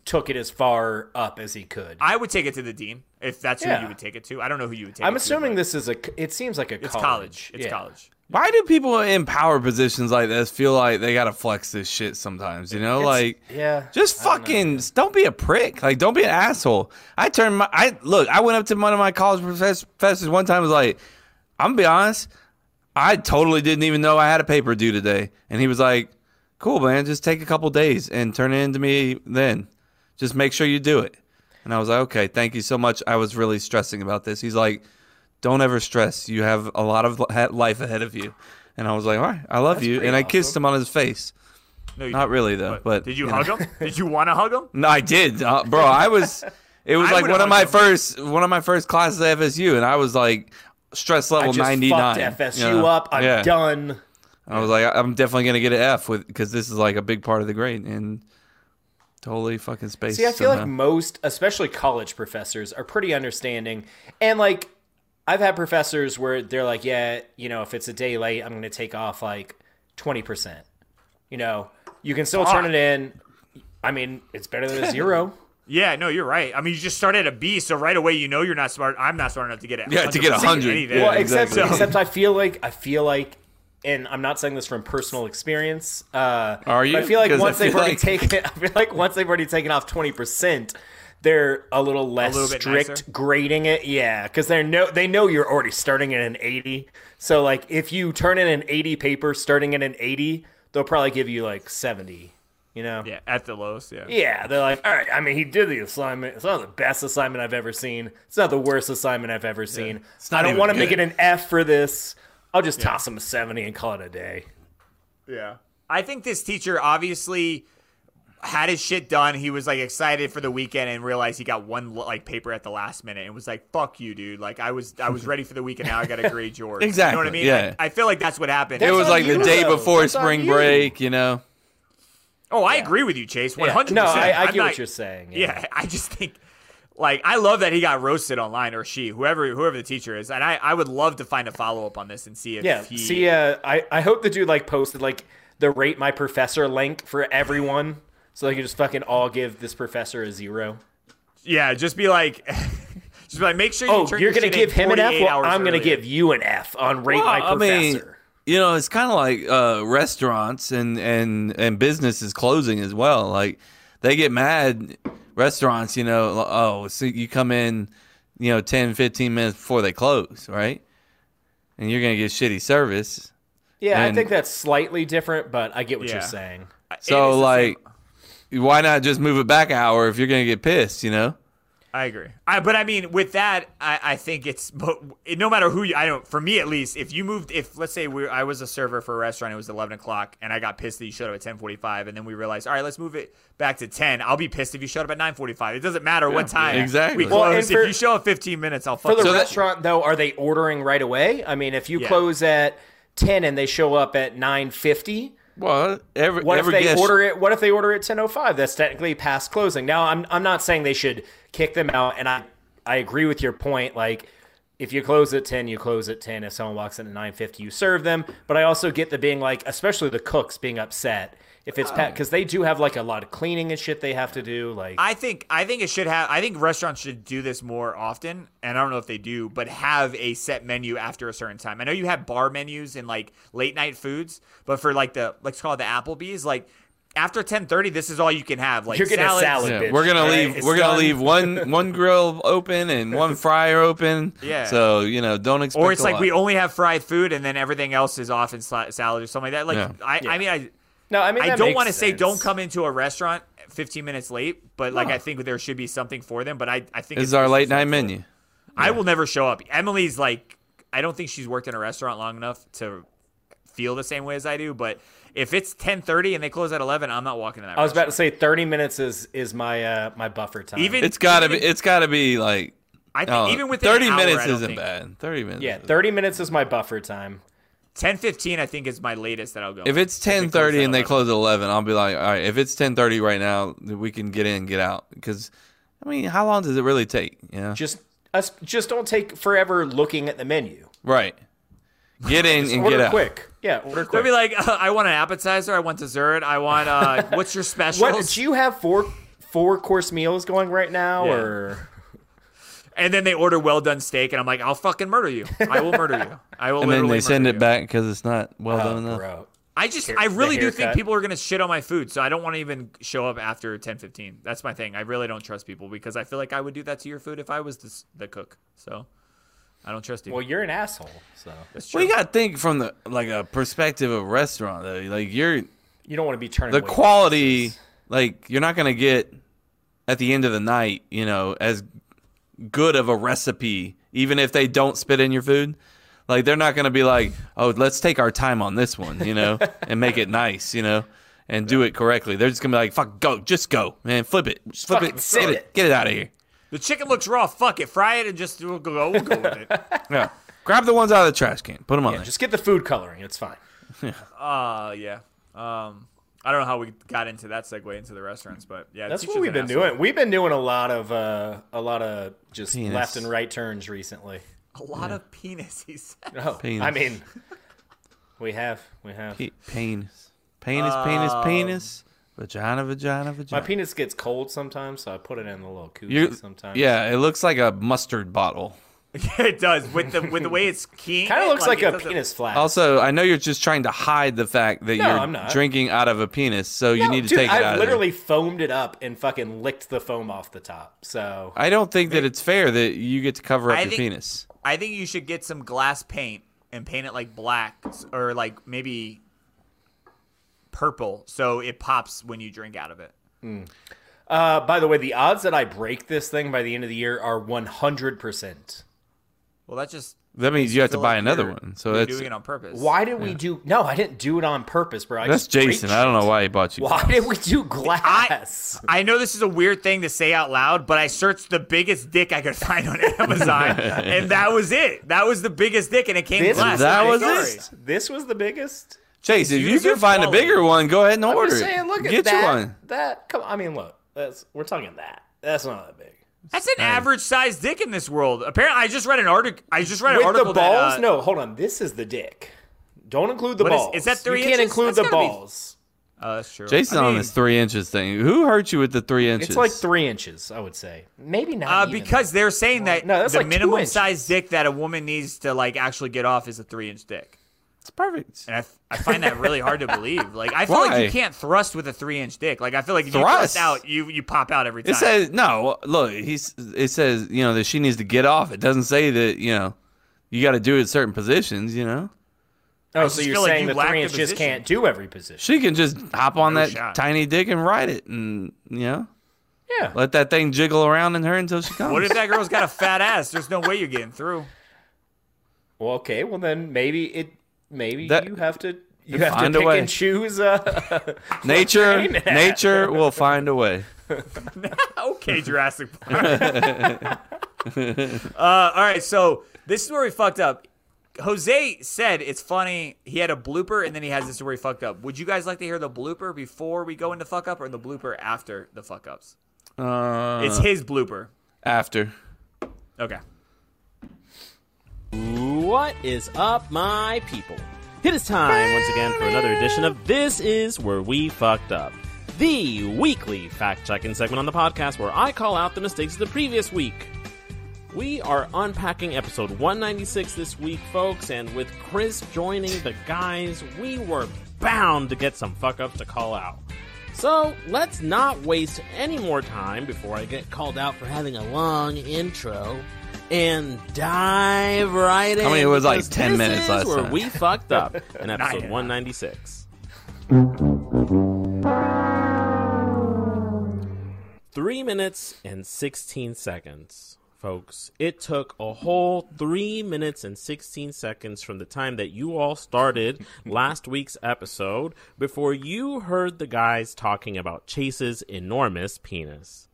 took it as far up as he could.
I would take it to the dean if that's who
Yeah.
you would take it to. I don't know who you would take
I'm
it to,
assuming
but
this is a. c- It seems like a
it's
college.
college. It's
Yeah.
college.
Why do people in power positions like this feel like they gotta flex this shit sometimes? You know,
It's-
like
yeah,
just
I don't know.
fucking don't, be a prick. Like don't be an asshole. I turned my I look. I went up to one of my college profess- professors one time. and Was like, I'm gonna be honest. I totally didn't even know I had a paper due today, and he was like, "Cool, man. Just take a couple days and turn it into me. Then, just make sure you do it." And I was like, "Okay, thank you so much. I was really stressing about this." He's like, "Don't ever stress. You have a lot of li- ha- life ahead of you." And I was like, "All right, I love you," and I kissed him on his face.
No, you
Not
didn't.
really though, but,
did you
know.
hug him? Did you want to hug him?
No, I did, uh, bro. I was. It was
I
like
would've
one
hugged
of my
him.
first one of my first classes at FSU, and I was like stress
I
level
just
ninety nine.
fucked FSU up. I'm done.
I was like, I- I'm definitely gonna get an F with because this is like a big part of the grade and totally fucking space.
See, I feel like most, especially college professors, are pretty understanding. And like, I've had professors where they're like, yeah, you know, if it's a day late, I'm going to take off like 20%. You know, you can still turn it in. I mean, it's better than a zero.
Yeah, no, you're right. I mean, you just start at a B, so right away you know you're not smart. I'm not smart enough to get it.
Yeah, to get 100.
anything.
Yeah,
well, except
exactly.
except I feel like I feel like, and I'm not saying this from personal experience. Uh,
Are
but
you?
I feel like
'Cause I
once they've
feel
already
like-
taken, I feel like once they've already taken off twenty percent, they're a little less
little bit
strict
nicer.
grading it. Yeah, because they know they know you're already starting at an eighty. So like, if you turn in an eighty paper starting at an eighty, they'll probably give you like seventy. You know.
Yeah, at the lowest. Yeah.
Yeah, they're like, all right. I mean, he did the assignment. It's not the best assignment I've ever seen. It's not the worst assignment I've ever seen.
not
I don't
even
want him to
good.
get an F for this. I'll just toss him a seventy and call it a day.
Yeah. I think this teacher obviously had his shit done. He was like excited for the weekend and realized he got one like paper at the last minute and was like, "Fuck you, dude! Like I was I was ready for the weekend. Now I got to grade yours." You know what I
Exactly,
mean?
yeah.
I, I feel like that's what happened.
it was
on
like the
you,
day
though.
before
That's on
spring
you.
break, you know.
Oh, I agree with you, Chase. One
Yeah.
hundred.
No, I, I get what you're saying. Yeah.
yeah, I just think like I love that he got roasted online or she, whoever whoever the teacher is. And I, I would love to find a follow up on this and see if
Yeah,
he
See, uh, I I hope the dude like posted like the rate my professor link for everyone, so they can just fucking all give this professor a zero.
Yeah, just be like just be like make sure you
Oh,
turn
you're
your
gonna
shit in
give him an F.
48
Well,
hours
I'm gonna
earlier.
give you an F on rate
Well,
my
I mean,
professor.
you know, it's kind of like uh, restaurants and and and businesses closing as well. Like they get mad restaurants, you know, like, oh, so you come in, you know, 10, 15 minutes before they close, right? and you're gonna get shitty service.
Yeah, I
And
think that's slightly different, but I get what
Yeah.
you're saying.
So like, why not just move it back an hour if you're gonna get pissed? You know.
I agree. I, but I mean, with that, I, I think it's but no matter who you, I don't. For me at least, if you moved, if let's say we, I was a server for a restaurant, it was eleven o'clock, and I got pissed that you showed up at ten forty-five, and then we realized, all right, let's move it back to ten. I'll be pissed if you showed up at nine forty-five. It doesn't matter
Yeah,
what time
exactly.
we
Well, and
close.
for-
if you show up fifteen minutes, I'll
For
fuck
the
you.
restaurant though, are they ordering right away? I mean, if you
Yeah.
close at ten and they show up at nine fifty,
well, every,
what
every
if they
guest-
order it? What if they order at ten oh five? That's technically past closing. Now, I'm I'm not saying they should kick them out, and I I agree with your point. Like, if you close at ten, you close at ten. If someone walks in at nine fifty, you serve them. But I also get the being like, especially the cooks being upset if it's pat because they do have like a lot of cleaning and shit they have to do. Like,
Um, I think I think it should have. I think restaurants should do this more often, and I don't know if they do, but have a set menu after a certain time. I know you have bar menus and like late night foods, but for like the let's call it the Applebee's, like after ten thirty, this is all you can have. Like
You're getting a
salads,
salad,
Yeah, we're gonna
All right,
leave.
it's
we're gonna
done.
leave one one grill open and one fryer open.
Yeah.
So you know, don't expect.
Or it's
a
like
lot.
we only have fried food, and then everything else is off in sla- salad or something like that. Like
Yeah.
I, I mean, I
no, I mean,
I
that
don't
makes
want to say
sense.
don't come into a restaurant 15 minutes late, but like I think there should be something for them. But I, I think
This is our late night menu.
I will never show up. Emily's like, I don't think she's worked in a restaurant long enough to feel the same way as I do. But if it's ten thirty and they close at eleven, I'm not walking in that.
I was about to say thirty minutes is is my uh my buffer time.
Even-
It's gotta be. It's gotta be like.
I think
oh,
even within
thirty
an hour,
minutes
I don't
isn't
think-
bad. Thirty minutes.
yeah, thirty minutes is my buffer time.
ten fifteen, I think is my latest that I'll go.
If it's ten thirty and they close at eleven, I'll be like, all right. If it's ten thirty right now, we can get in, get out. Because, I mean, how long does it really take? You know.
Just us just don't take forever looking at the menu.
right. Get in
Just
and
order
get out.
quick. Yeah, order
they'll
quick.
be like, uh, I want an appetizer. I want dessert. I want. uh What's your special?
what do you have four four course meals going right now
Yeah.
or
And then they order well done steak, and I'm like, I'll fucking murder you. I will murder you. I will.
And then
literally Oh,
they send
murder
it back because it's not well done
Oh,
enough.
I just,
Hair-
I
the
really do think
haircut.
people are gonna shit on my food, so I don't want to even show up after ten fifteen. That's my thing. I really don't trust people because I feel like I would do that to your food if I was the, s- the cook. So I don't trust you.
Well, you're an asshole. So
That's
Well, you gotta think from the like a perspective of restaurant though. Like you're
you don't want to be turning
the
away-
quality like you're not going to get at the end of the night you know as good of a recipe even if they don't spit in your food like they're not going to be like oh let's take our time on this one you know and make it nice you know and do it correctly they're just going to be like fuck go just go man flip it just flip
fucking
it
sit
get,
it.
it get it out of here
the chicken looks raw. Fuck it. Fry it and just we'll go. We'll go with it.
yeah grab the ones out of the trash can put them on
Yeah,
there
just get the food coloring. It's fine.
Uh yeah. Um, I don't know how we got into that segue into the restaurants, but yeah,
That's what
Tisha's
we've
an
been
asshole.
doing. We've been doing a lot of uh a lot of just
Penis.
left and right turns recently.
A lot of penis. He said.
No,
Penis.
I mean we have we have.
Pe- penis penis penis
Um,
penis vagina vagina
My
vagina
penis gets cold sometimes, so I put it in the little koozie
You-
sometimes.
yeah it looks like a mustard bottle
it does with the with the way it's keen.
Kind of looks like,
it
a
doesn't-
penis flask.
Also, I know you're just trying to hide the fact that
No,
you're
I'm not.
drinking out of a penis, so you
No,
need to
dude,
take it
I
out. of there.
literally foamed it up and fucking licked the foam off the top. So
I don't think that it's fair that you get to cover up
I
your
think-
penis.
I think you should get some glass paint and paint it like black s- or like maybe purple so it pops when you drink out of it.
Uh, by the way, the odds that I break this thing by the end of the year are 100%.
Well, that just
That means you have to
feel
buy
like
another
you're-
one. So
you're
that's
doing it on purpose.
Why did we do. No, I didn't do it on purpose, bro. I
that's
just break
Jason.
shit.
I don't know why he bought you.
Why did we do glass?
I know this is a weird thing to say out loud, but I searched the biggest dick I could find on Amazon, and that was it. That was the biggest dick, and it came
this
glass.
was the
That was
biggest. This was the biggest.
Chase, if
You
you, can
deserve
find a
quality.
bigger one, go ahead and
I'm
order
just saying,
it.
look at
get
that.
you one.
That, come on. I mean, look. That's, we're talking that. That's not that big.
That's an average sized dick in this world. Apparently, I just read an article. I just read an
With
article
the balls?
that, uh,
no, hold on. This is the dick. Don't include the
What is-
balls.
is that three
You can't
inches?
include
That's
the
gotta be-
balls.
Oh, that's true.
Jason
I
on
mean-
this three inches thing. Who hurt you with the three inches?
It's like three inches, I would say. Maybe
Uh,
not. even.
because they're saying that
No, that's
the
like two
minimum
inches.
size dick that a woman needs to like actually get off is a three inch dick,
it's perfect.
and I, f- I find that really hard to believe. Like I feel like
Why?
you can't thrust with a three inch dick. Like I feel like if you
Thrust?
thrust out, you you pop out every time.
It says no. Look, he's. It says you know that she needs to get off. It doesn't say that you know you got to do it at certain positions, you know. I
Oh,
just
so you're
feel like
saying
you
the
lack
three
the
inch just
position.
can't do every position.
She can just hop on
No
that
shot.
tiny dick and ride it, and you know.
Yeah.
Let that thing jiggle around in her until she comes.
What if that girl's got a fat ass? There's no way you're getting through.
Well, okay, well then maybe it maybe
That-
you have to you
Then
have to
find a
pick
way.
and choose. Uh, what you're
nature,
aiming at.
nature will find a way.
okay, Jurassic Park. uh, all right, so this is where we fucked up. Jose said it's funny. He had a blooper, and then he has this where he fucked up. Would you guys like to hear the blooper before we go into fuck up, or the blooper after the fuck ups?
Uh,
It's his blooper.
After.
Okay.
What is up, my people? It is time once again for another edition of This Is Where We Fucked Up, the weekly fact checking segment on the podcast where I call out the mistakes of the previous week. We are unpacking episode 196 this week, folks, and with Chris joining the guys, we were bound to get some fuck ups to call out. So let's not waste any more time before I get called out for having a long intro and dive right in.
I mean, it was like
because
10
this
minutes
is
last
where
time.
we fucked up in
Not
episode
yet.
196. Three minutes and 16 seconds, folks. It took a whole three minutes and 16 seconds from the time that you all started last week's episode before you heard the guys talking about Chase's enormous penis.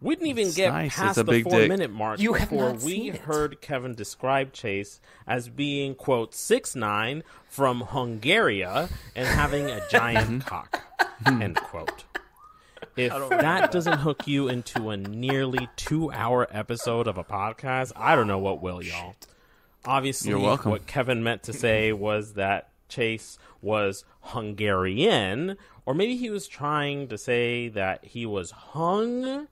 We didn't even
It's
get
nice.
past
It's a
the
big
four
dick.
minute mark
You have
before
not
we
seen it.
heard Kevin describe Chase as being, quote, 6'9 from Hungary and having a giant cock, end quote. If
I don't remember
that
that.
doesn't hook you into a nearly two hour episode of a podcast, I don't know what will, y'all. Obviously,
You're welcome.
what Kevin meant to say was that Chase was Hungarian, or maybe he was trying to say that he was hung,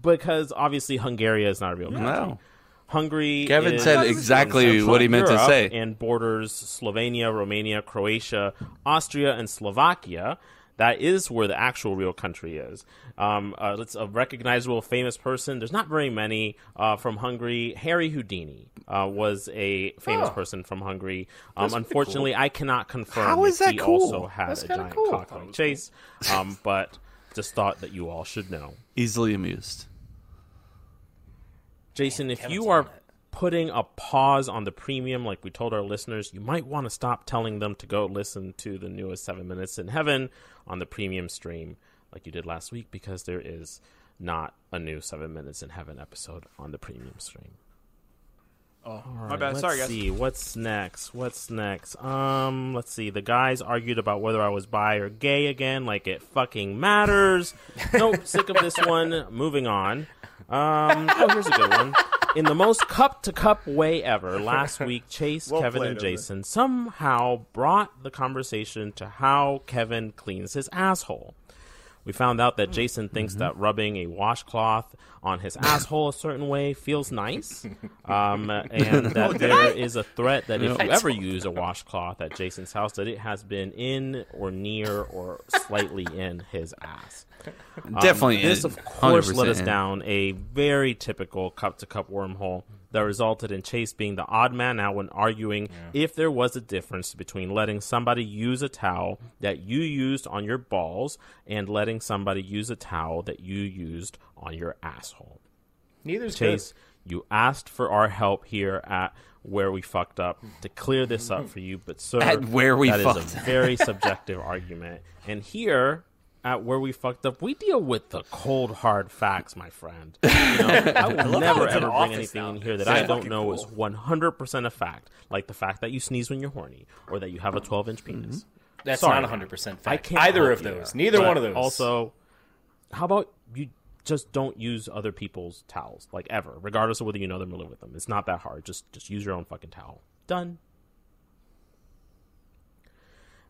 because obviously Hungary is not a real country.
No.
Hungary.
Kevin
is-
said exactly
in Central
what he meant to
Europe
say.
And borders Slovenia, Romania, Croatia, Austria, and Slovakia. That is where the actual real country is. Um, uh, it's a recognizable, famous person. There's not very many uh, from Hungary. Harry Houdini uh, was a famous
Oh.
person from Hungary. Um,
That's pretty cool.
unfortunately, I cannot confirm
How is
if
that
he
cool?
also had
That's
a
kinda
giant
cool.
cock like Chase. Um, but just thought that you all should know.
Easily amused.
Jason, if you are putting a pause on the premium, like we told our listeners, you might want to stop telling them to go listen to the newest Seven Minutes in Heaven on the premium stream, like you did last week, because there is not a new Seven Minutes in Heaven episode on the premium stream.
Oh,
All
my
right,
bad.
Let's
Sorry, guys.
see what's next. What's next? Um, let's see. The guys argued about whether I was bi or gay again. Like it fucking matters. nope. Sick of this one. Moving on. Um, oh, here's a good one. In the most cup to cup way ever, last week Chase,
Well
Kevin,
played,
and
Evan.
Jason somehow brought the conversation to how Kevin cleans his asshole. We found out that Jason thinks that rubbing a washcloth on his asshole a certain way feels nice, um, and
Oh,
that
did
there
I?
is a threat that if
Yeah.
you ever use a washcloth at Jason's house, that it has been in or near or slightly in his ass.
Definitely
Um, this
in.
of course let
100%
us
in.
down a very typical cup to cup wormhole that resulted in Chase being the odd man out when arguing if there was a difference between letting somebody use a towel that you used on your balls and letting somebody use a towel that you used on your asshole.
Neither's good.
Chase, you asked for our help here at where we fucked up to clear this up for you, but sir,
At Where We
that is
Fucked
a
Up.
very subjective argument. And here at where we fucked up, we deal with the cold hard facts, my friend. You know, I
I
will
love how
never
it's an
ever bring
office
anything in
nowadays.
here that
Yeah.
I don't
Fucking
know is
cool.
100% a fact, like the fact that you sneeze when you're horny or that you have a 12 inch penis.
That's
Sorry,
not 100%
I
fact.
can't
Either
help
of
you
those.
there.
Neither
But
one of those.
Also, how about you just don't use other people's towels, like ever, regardless of whether you know them or live with them. It's not that hard. Just just use your own fucking towel. Done.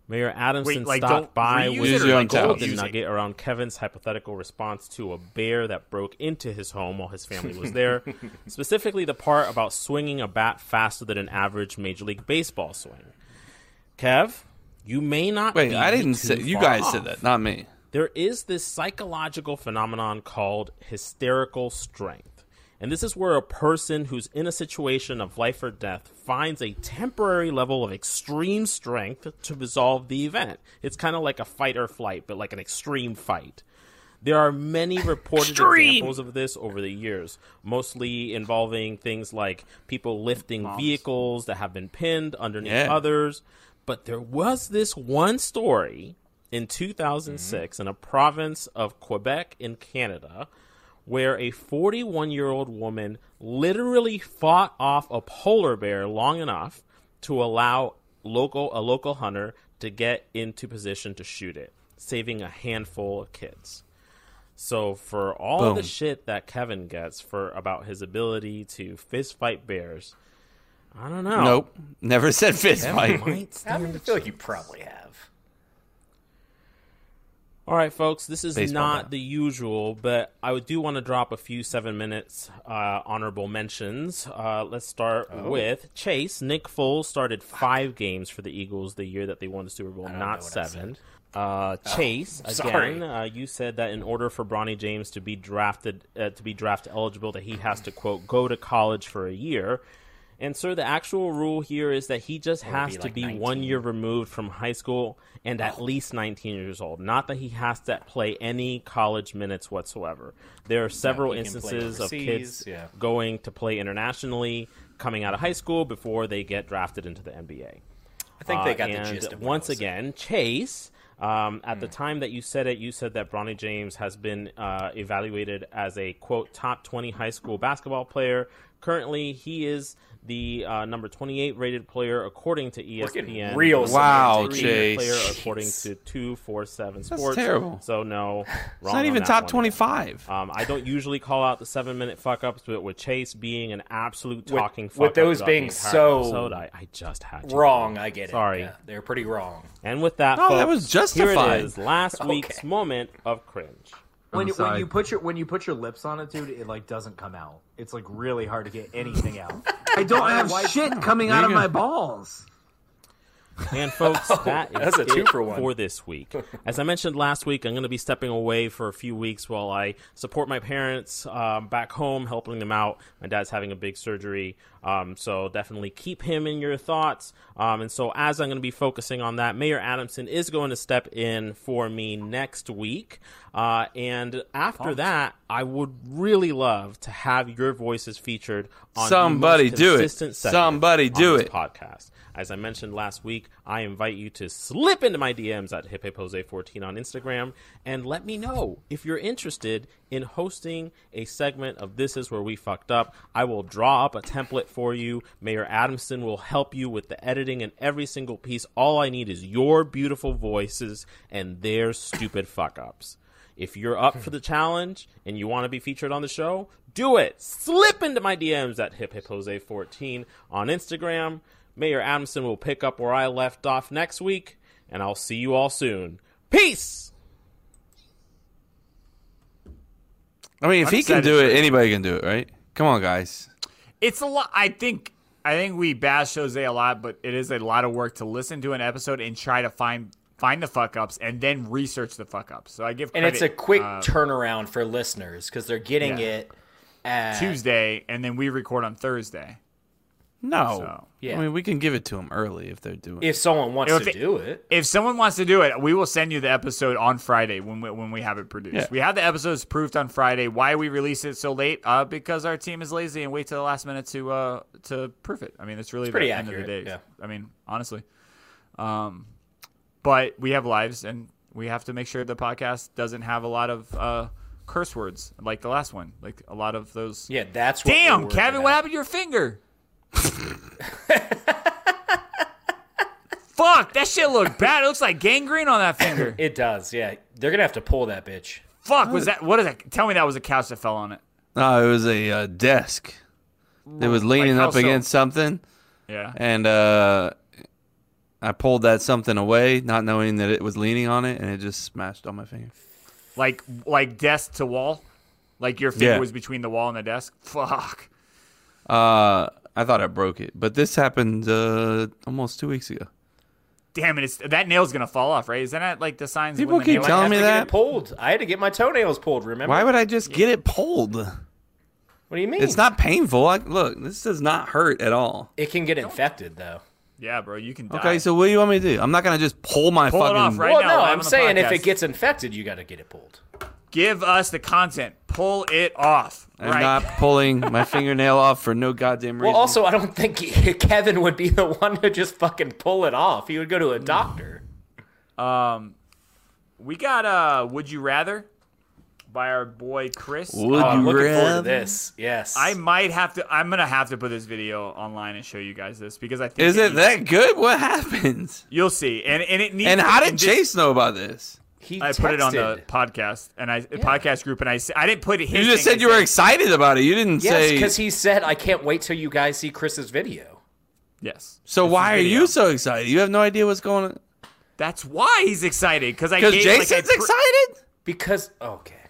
Mayor Adamson
Wait, like,
stopped
don't
by
reuse
with
it or,
a
like, don't
golden
use it?
nugget around Kevin's hypothetical response to a bear that broke into his home while his family was there. Specifically, the part about swinging a bat faster than an average Major League Baseball swing. Kev, you may not.
Wait,
be
I didn't
too
say. You
far
guys
off.
said that, not me.
There is this psychological phenomenon called hysterical strength.
And this is where a person who's in a situation of life or death finds a temporary level of extreme strength to resolve the event. It's kind of like a fight or flight, but like an extreme fight. There are many reported
Extreme.
examples of this over the years, mostly involving things like people lifting vehicles that have been pinned underneath
Yeah.
others. But there was this one story in
Mm-hmm.
2006 in a province of Quebec in Canada where a 41 year old woman literally fought off a polar bear long enough to allow local a local hunter to get into position to shoot it, saving a handful of kids. So for all the
Boom.
shit that Kevin gets for about his ability to fist fight bears, I don't know.
Nope. Never said fist
Kevin
fight.
might
I mean, I
stand a
feel like you
chance.
probably have.
All right, folks, this is
Baseball
not the usual, but I do want to drop a few seven minutes uh, honorable mentions. Uh, let's start
Oh.
with Chase. Nick Foles started five games for the Eagles the year that they won the Super Bowl,
don't know
not
what I
seven. Uh, Chase,
I'm sorry.
again, uh, you said that in order for Bronny James to be drafted uh, to be draft eligible, that he has to quote go to college for a year. And sir, the actual rule here is that he just
Or
has
be
to
like
be
19.
one year removed from high school and at
Oh.
least 19 years old. Not that he has to play any college minutes whatsoever. There are several
he can play
instances of
overseas,
kids
yeah.
going to play internationally, coming out of high school before they get drafted into the NBA.
I think they got the
Uh, and
gist of what I
once again, Chase. Um, at the time that you said it, you said that Bronny James has been uh, evaluated as a quote top twenty high school basketball player. Currently, he is the uh, number twenty eight rated player according to
Freaking
ESPN.
real
Wow,
Rated
Chase.
Player according to two four seven
That's
Sports.
terrible.
So no,
It's
wrong
not even
on that
top
one.
25.
Um, I don't usually call out the seven minute fuck ups, but with Chase being an absolute
With-
talking
with
fuck up
those
throughout
being
the entire
so
episode, I, I just had to
wrong, I get it.
Sorry,
Yeah, they're pretty wrong.
And with that,
No,
Oh,
folks,
that was
Here
justified.
it is, last week's moment of cringe.
When, you- when you put your when you put your lips on it, dude, it like doesn't come out. It's like really hard to get anything out.
I don't have
Why-
shit coming out of
There you
my
go.
balls.
And folks, that is
that's a
it
two for one.
this week. As I mentioned last week, I'm going to be stepping away for a few weeks while I support my parents um, back home, helping them out. My dad's having a big surgery, um, so definitely keep him in your thoughts. Um, and so, as I'm going to be focusing on that, Mayor Adamson is going to step in for me next week. Uh, and after that, I would really love to have your voices featured on the most
Somebody do it.
consistent segment
Somebody
on
do
this
it.
podcast. As I mentioned last week, I invite you to slip into my DMs at hiphopose14 on Instagram and let me know if you're interested in hosting a segment of This Is Where We Fucked Up. I will draw up a template for you. Mayor Adamson will help you with the editing and every single piece. All I need is your beautiful voices and their stupid fuck ups. If you're up for the challenge and you want to be featured on the show, do it. Slip into my DMs at hiphiphose14 on Instagram. Mayor Adamson will pick up where I left off next week, and I'll see you all soon. Peace.
I mean, if
I'm
he can
excited
do
for
it,
it.
anybody can do it, right? Come on, guys.
It's a lot. I think I think we bash Jose a lot, but it is a lot of work to listen to an episode and try to find find the fuck ups and then research the fuck ups. So I give
And
credit,
it's a quick
uh,
turnaround for listeners because they're getting
Yeah.
it at
Tuesday, and then we record on Thursday.
No.
So,
I mean, we can give it to him early if they're doing
If someone wants
If
to
it-
do it,
If someone wants to do it, we will send you the episode on Friday when we, when we have it produced.
Yeah.
We have the episodes proofed on Friday. Why we release it so late? Uh, because our team is lazy and wait till the last minute to uh to proof it. I mean, it's really
It's pretty
the end of the
accurate,
day. I mean, honestly, um, but we have lives and we have to make sure the podcast doesn't have a lot of uh curse words like the last one, like a lot of those.
yeah, that's what we're
Damn,
worried
Kevin,
about.
what happened to your finger? Fuck, that shit looked bad. It looks like gangrene on that finger.
It does, yeah. They're gonna have to pull that bitch.
Fuck, was that what is that? Tell me that was a couch that fell on it.
No, it was a uh, desk that was leaning
how
up
so?
against something.
Yeah.
And uh, I pulled that something away, not knowing that it was leaning on it, and it just smashed on my finger.
Like like desk to wall. Like your finger
Yeah.
was between the wall and the desk. Fuck.
Uh, I thought I broke it, but this happened uh, almost two weeks ago.
Damn it, it's that nail's gonna fall off, right? Is that not like the signs
People
when the
keep
nail-
telling
I
me
had to get
that.
it pulled. I had to get my toenails pulled. Remember?
Why would I just get it pulled?
What do you mean?
It's not painful. I, look, this does not hurt at all.
It can get infected though.
Yeah, bro, you can.
Okay, so what do you want me to do? I'm not gonna just pull my
Pull it
fucking.
off right
well,
now,
no,
live
I'm
on the
saying if
podcast.
it gets infected, you got to get it pulled.
Give us the content. Pull it off.
I'm
right.
not pulling my fingernail off for no goddamn reason.
Well, also, I don't think Kevin would be the one to just fucking pull it off. He would go to a doctor.
Um, we got uh, would you rather by our boy Chris.
Would
Uh,
you
looking forward to
rather?
this. Yes.
I might have to. I'm gonna have to put this video online and show you guys this because I think
is
needs-
it that good? What happens?
You'll see, and and it needs.
And how did
and this-
Chase know about this?
He
I put it on the podcast and I podcast group, and I s- I didn't put it.
You just said you were excited about it. You didn't
Yes,
say.
because he said, "I can't wait till you guys see Chris's video."
Yes.
so why are you so excited? You have no idea what's going on.
That's why he's excited because I
Because
gave, like, I
Jason's
pr-
excited.
Because okay,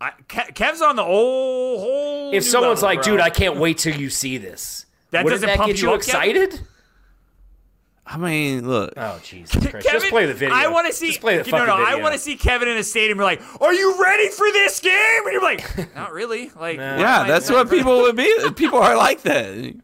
I, Ke- Kev's on the whole whole.
if
new
someone's
level,
like,
bro.
"Dude, I can't wait till you see this,"
That
wouldn't
doesn't
that
pump
get
you
you
up, Kevin?
excited?
I mean, look.
Uh,
Oh Jesus Christ!
Kevin,
just play the video.
I want to see.
Just play the
you know,
fucking
no,
video.
I want to see Kevin in a stadium. You're like, are you ready for this game? And you're like, not really. Like,
yeah,
why am I-
that's what people would be. People are like that.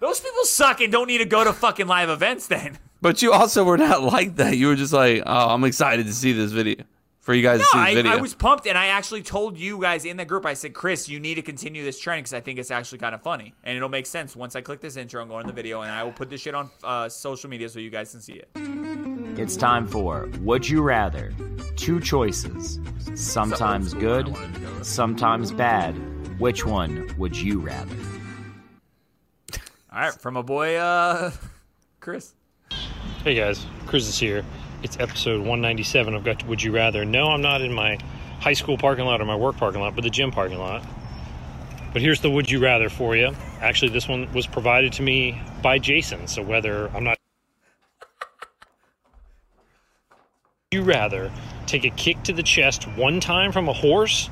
Those people suck and don't need to go to fucking live events. Then
But you also were not like that. You were just like, oh, I'm excited to see this video for you guys
no,
to see this
I,
video.
I was pumped, and I actually told you guys in the group. I said, Chris, you need to continue this trend because I think it's actually kind of funny, and it'll make sense once I click this intro and go on the video, and I will put this shit on uh, social media so you guys can see it.
It's time for Would You Rather? Two choices. Sometimes good, sometimes bad. Which one would you rather?
All right, from a boy, uh, Chris.
Hey guys, Chris is here. It's episode 197. I've got Would You Rather. No, I'm not in my high school parking lot or my work parking lot, but the gym parking lot. But here's the Would You Rather for you. Actually, this one was provided to me by Jason. So whether I'm not. Would you rather take a kick to the chest one time from a horse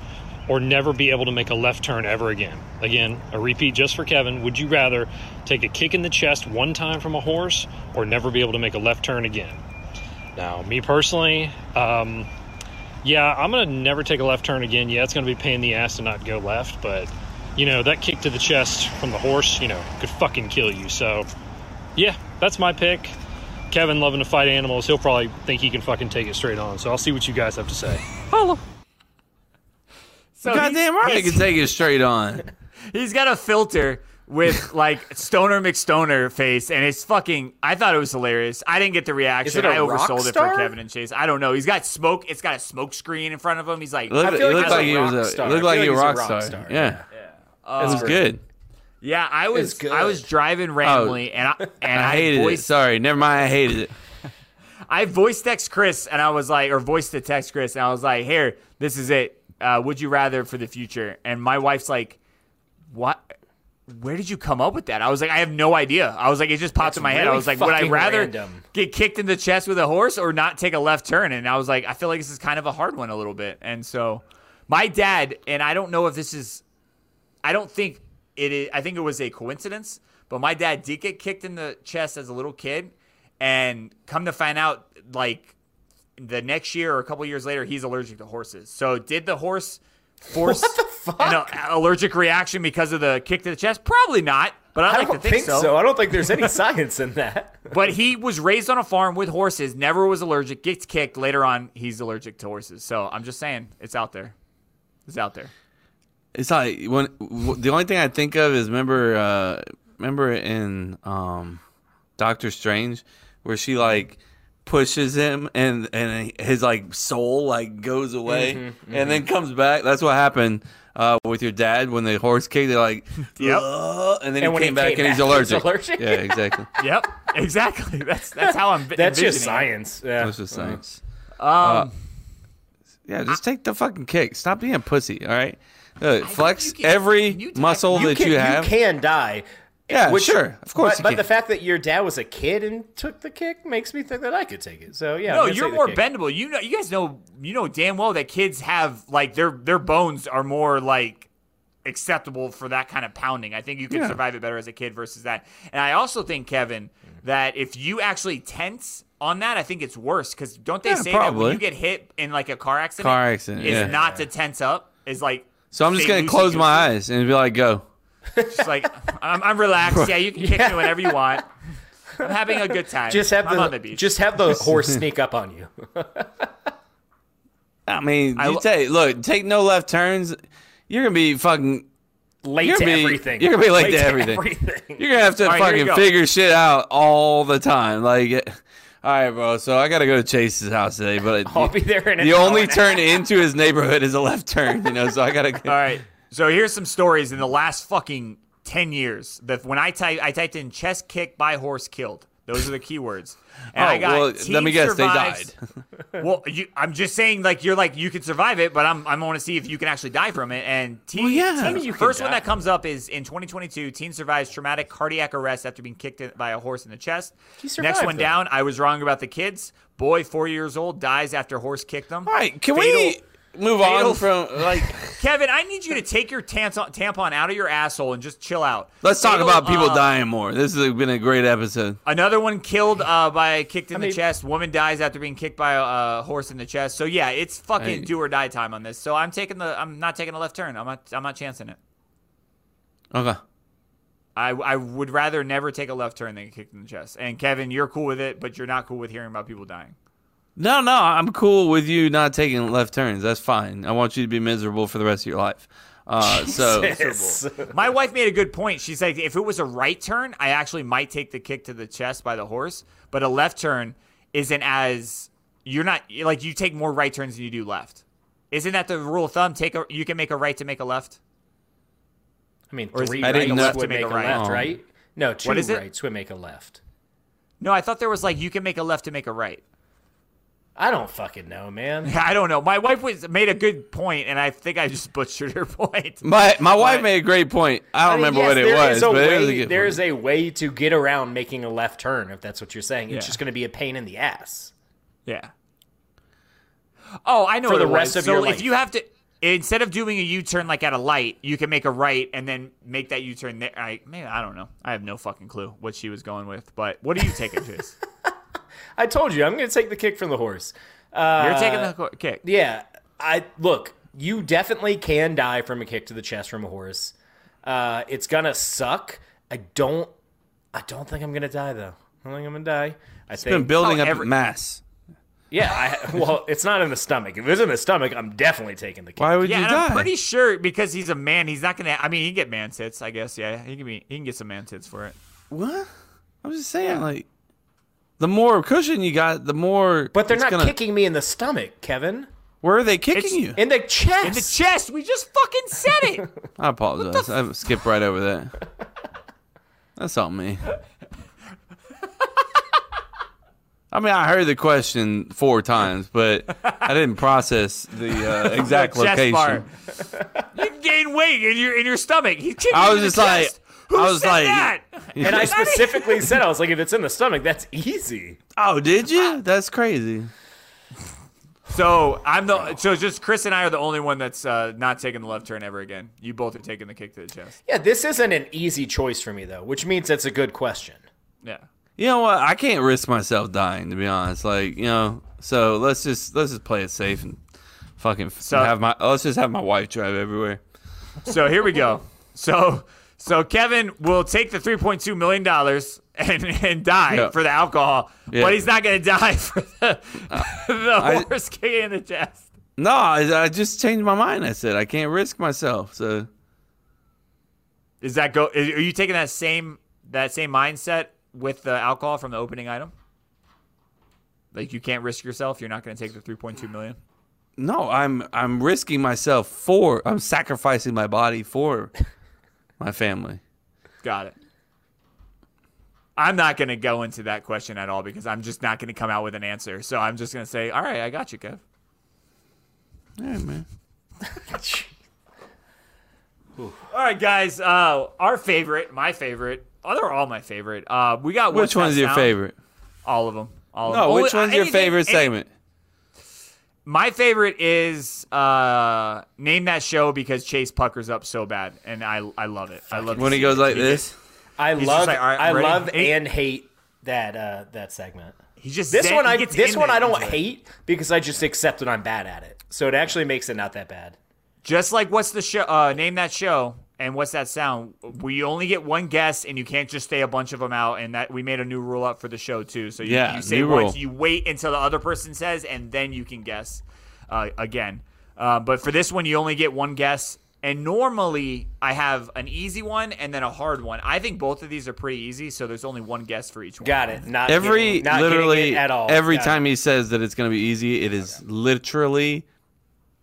or never be able to make a left turn ever again? Again, a repeat just for Kevin. Would you rather take a kick in the chest one time from a horse or never be able to make a left turn again? Now, me personally, um, yeah, I'm going to never take a left turn again. Yeah, it's going to be a pain in the ass to not go left, but, you know, that kick to the chest from the horse, you know, could fucking kill you. So, yeah, that's my pick. Kevin loving to fight animals, he'll probably think he can fucking take it straight on. So I'll see what you guys have to say.
So
Goddamn
he's-
right, I
he's-
can take it straight on.
He's got a filter with like Stoner McStoner face, and it's fucking. I thought it was hilarious. I didn't get the reaction.
Is it a
I oversold
rock
it for
star?
Kevin and Chase. I don't know. He's got smoke. It's got a smoke screen in front of him. He's like,
It looked, it looked like,
he's
he
a rock
was a,
star.
it
I
looked
feel
like he was a rock,
he's
star. Yeah,
Yeah.
it was
Uh,
good.
Yeah, I was.
good.
I was driving randomly, and I and I,
Oh. I hated it.
voiced.
Sorry, never mind. I hated it.
I voice text Chris, and I was like, or voice to text Chris, and I was like, here, this is it. Uh, would you rather for the future? And my wife's like, what? Where did you come up with that? I was like, I have no idea. I was like, it just popped in my head. I
really
was like, would I
fucking
rather
random.
get kicked in the chest with a horse or not take a left turn? And I was like, I feel like this is kind of a hard one a little bit. And so, my dad and I don't know if this is I don't think it is. I think it was a coincidence. But my dad did get kicked in the chest as a little kid, and come to find out, like the next year or a couple years later, he's allergic to horses. So did the horse force an a- allergic reaction because of the kick to the chest? Probably not. But I,
I
like
don't
to think,
think so. I don't think there's any science in that.
but he was raised on a farm with horses. Never was allergic. Gets kicked later on. He's allergic to horses. So I'm just saying, it's out there. It's out there.
It's like when w- the only thing I think of is remember, uh, remember in um, Doctor Strange where she like pushes him and and his like soul like goes away
Mhm,
and then comes back. That's what happened uh, with your dad when the horse kicked. They're like,
Yep.
"Ugh," and then
And
he
when
came
he
back
came
and he's
back, he's
allergic.
allergic.
Yeah, exactly.
yep, exactly. That's that's how I'm.
That's just
envisioning it.
science. Yeah.
That's just science.
Um,
Uh, yeah, just take the fucking kick. Stop being a pussy. All right, Look, flex every muscle
You
that
can,
you have.
can die.
Yeah, sure. Of course
But,
you
but
can.
the fact that your dad was a kid and took the kick makes me think that I could take it. So
no,
yeah. I'm gonna
you're
take the
more
kick.
bendable. You know, you guys know, you know damn well that kids have like their their bones are more like acceptable for that kind of pounding. I think you can
Yeah.
survive it better as a kid versus that. And I also think Kevin that if you actually tense on that, I think it's worse because don't they
Yeah,
say that
probably.
when you get hit in like a car accident,
Car accident,
is
yeah.
not to tense up is like
So I'm just
Say
gonna
loosey
close
goosey.
my eyes and be like, go.
Just like I'm, I'm relaxed. Yeah, you can kick me whenever you want. I'm having a good time.
Just have
I'm
the,
on the beach.
just have the horse sneak up on you.
I mean,
I
you
lo-
take look, take no left turns. You're gonna be fucking
Late
you're
to
gonna be-
everything.
You're gonna be late, to, everything. You're gonna have to
All right, here we
fucking
go.
figure shit out all the time. Like, it- all right, bro. So I gotta go to Chase's house today, but
I'll be there in an
the
hour
only
and a
turn into his neighborhood is a left turn. You know, so I gotta.
All right. So here's some stories in the last fucking ten years. That when I type, I typed in chest kick by horse killed. Those are the keywords. And
Oh,
I got.
well,
team
let me guess, they
survives- well, you, I'm just saying, like you're like you could survive it, but I'm I'm want to see if you can actually die from it. And teen,
yeah.
teen-
I mean, you can
first one
die.
that comes up is in 2022, teen survives traumatic cardiac arrest after being kicked in- by a horse in the chest.
He
Next
survived,
one
though.
down, I was wrong about the kids. Boy, four years old, dies after horse kicked him. All
right, can we move on from like?
Kevin, I need you to take your tampon, tampon out of your asshole and just chill out.
Let's talk
Fatal,
about people
uh,
dying more. This has been a great episode.
Another one killed uh, by kicked in
I
the
mean-
chest. Woman dies after being kicked by a uh, horse in the chest. So yeah, it's fucking
Hey.
do or die time on this. So I'm taking the. I'm not taking a left turn. I'm not. I'm not chancing it.
Okay.
I, I would rather never take a left turn than get kicked in the chest. And Kevin, you're cool with it, but you're not cool with hearing about people dying.
No, no, I'm cool with you not taking left turns. That's fine. I want you to be miserable for the rest of your life. Uh, so
Miserable. my wife made a good point. She's like, if it was a right turn, I actually might take the kick to the chest by the horse, but a left turn isn't as you're not like you take more right turns than you do left. Isn't that the rule of thumb? Take a you can make a right to make a left.
I mean,
Or is-
three
I
rights
didn't know-
would
to
make,
make
a
a right.
left,
Oh.
right? No,
What
two
is it?
rights would make a left.
No, I thought there was like you can make a left to make a right.
I don't fucking know, man.
I don't know. My wife was made a good point, and I think I just butchered her point.
my my wife made a great point. I don't remember what it was, but it was a good
there
point.
is a way to get around making a left turn, if that's what you're saying. It's
Yeah.
just going to be a pain in the ass.
Yeah. Oh, I know
For
what
the
it
rest
was.
of your
so
life.
If you have to, instead of doing a U turn like at a light, you can make a right and then make that U turn there. I man, I don't know. I have no fucking clue what she was going with. But what are you taking, Chase?
I told you, I'm going to take the kick from the horse. Uh,
You're taking the co- kick.
Yeah, I look. You definitely can die from a kick to the chest from a horse. Uh, it's gonna suck. I don't. I don't think I'm gonna die though. I don't think I'm gonna die. I
It's been building up mass.
Yeah. I, well, it's not in the stomach. If it's in the stomach, I'm definitely taking the kick.
Why would
yeah,
you
and I'm
die?
pretty sure because he's a man, he's not gonna. I mean, he can get man tits, I guess. Yeah, he can be. He can get some man tits for it.
what? I'm just saying, like, the more cushion you got, the more.
But they're
it's
not
gonna-
kicking me in the stomach, Kevin.
Where are they kicking you?
In the chest.
In the chest. We just fucking said it.
I apologize. I skipped right over that. That's on me. I mean, I heard the question four times, but I didn't process the uh, exact
The chest
location.
part. you gain weight in your in your stomach. He's kicking
I
you
was
in the
just like-
chest. Who
I was
said
like-
that?
and I specifically said, I was like, if it's in the stomach, that's easy.
Oh, did you? That's crazy.
So I'm the so just Chris and I are the only one that's uh, not taking the left turn ever again. You both are taking the kick to the chest.
Yeah, this isn't an easy choice for me though, which means it's a good question.
Yeah.
You know what? I can't risk myself dying to be honest. Like you know, so let's just let's just play it safe and fucking f have my let's just have my wife drive everywhere.
So here we go. So so Kevin will take the 3.2 million dollars and and die
Yeah.
for the alcohol,
Yeah.
but he's not gonna die for the, the
I-
horse kicking in the chest.
No, I, I just changed my mind. I said I can't risk myself. So
Is that go? Are you taking that same that same mindset with the alcohol from the opening item? Like you can't risk yourself. You're not gonna take the 3.2 million.
no, I'm I'm risking myself for I'm sacrificing my body for my family.
Got it. I'm not going to go into that question at all because I'm just not going to come out with an answer. So I'm just going to say, all right, I got you, Kev.
Yeah, man.
All right, guys. Uh, our favorite, my favorite. Oh, they're all my favorite. Uh, we got
Which
What's That
one's your
Sound?
favorite?
All of them. All of
No,
'em.
which
Only-
one's your
anything-
favorite
any-
segment?
My favorite is uh, name that show because Chase puckers up so bad, and I I love it. I love to
When he
see
goes
it.
like this?
I
He's just
love
like, "All right, I'm
I
ready."
love
Hey.
and hate that uh that segment.
He just
this
zen-
one
he
I
gets
this
in
one
there
I don't
into it.
hate because I just accept that I'm bad at it. So it actually makes it not that bad.
Just like what's the show? Uh, name that show and what's that sound? We only get one guess, and you can't just stay a bunch of them out. And that we made a new rule up for the show too. So you,
Yeah,
you say
new
once,
rule.
you wait until the other person says, and then you can guess uh, again. Uh, but for this one, you only get one guess. And normally, I have an easy one and then a hard one. I think both of these are pretty easy, so there's only one guess for each one.
Got it. Not
every
getting- not getting
literally
it at all.
every
Got it.
time he says that it's going to be easy, it is literally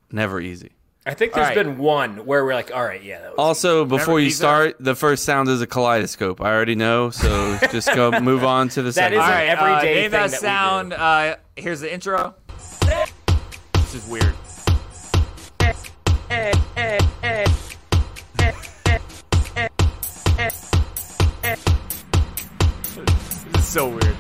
never easy.
I think there's
All right.
been one where we're like, all right, yeah. That was
Also, before
Remember,
you
these are-
start, the first sound is a kaleidoscope. I already know, so just go move on to the
That
second.
is
one.
an everyday
everyday
uh, name that
thing that we
sound. Uh, here's the intro. This is weird. This is so weird.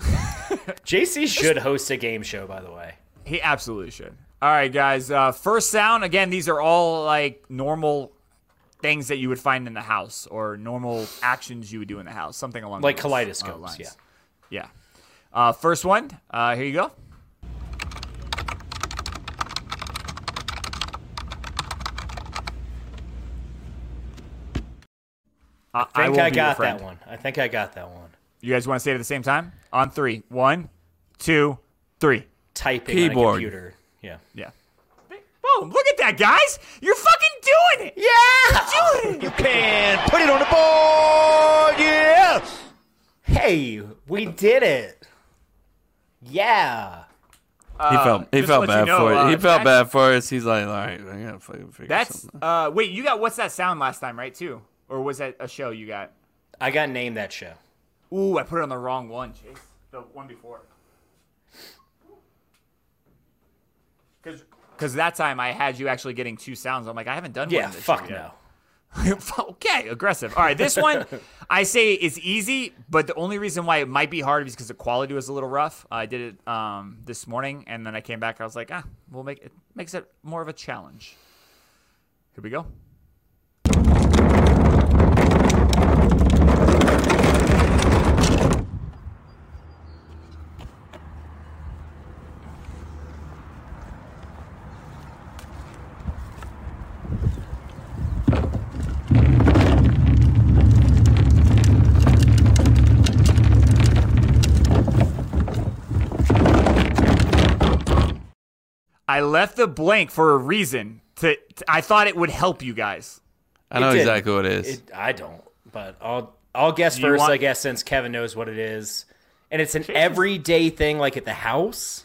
JC should host a game show, by the way.
He absolutely should. All right, guys. Uh, first sound. Again, these are all like normal things that you would find in the house or normal actions you would do in the house. Something along
Like
those, uh,
kaleidoscopes,
lines. Yeah.
yeah.
Uh, first one. Uh, here you go. I,
I think
will
I,
be your
got
friend.
that one. I think I got that one.
You guys want to say it at the same time? On three. One, two, three.
Typing on a
Keyboard.
computer. Yeah.
Yeah. Boom! Look at that, guys. You're fucking doing it. Yeah. You're doing it. You can put it on the board. Yeah.
Hey, we did it. Yeah.
he felt he
just
felt
to let
bad
you know,
for it.
uh,
he felt
that's-
bad for us. He's like, all right, I gotta fucking figure
That's
something.
uh. Wait, you got what's that sound last time, right? Too, or was that a show you got?
I got named that show.
Ooh, I put it on the wrong one, Chase. The one before. Because that time I had you actually getting two sounds. I'm like, I haven't done one.
Yeah,
this
fuck
year
no.
yet. okay, aggressive. All right, this one I say is easy, but the only reason why it might be hard is because the quality was a little rough. I did it um, this morning, and then I came back. I was like, ah, we'll make it makes it more of a challenge. Here we go. I left the blank for a reason. To, to- I thought it would help you guys.
I know
It did.
exactly what it is.
It- I don't, but I'll I'll guess
Do you
first.
want-
I guess since Kevin knows what it is, and it's an everyday thing, like at the house.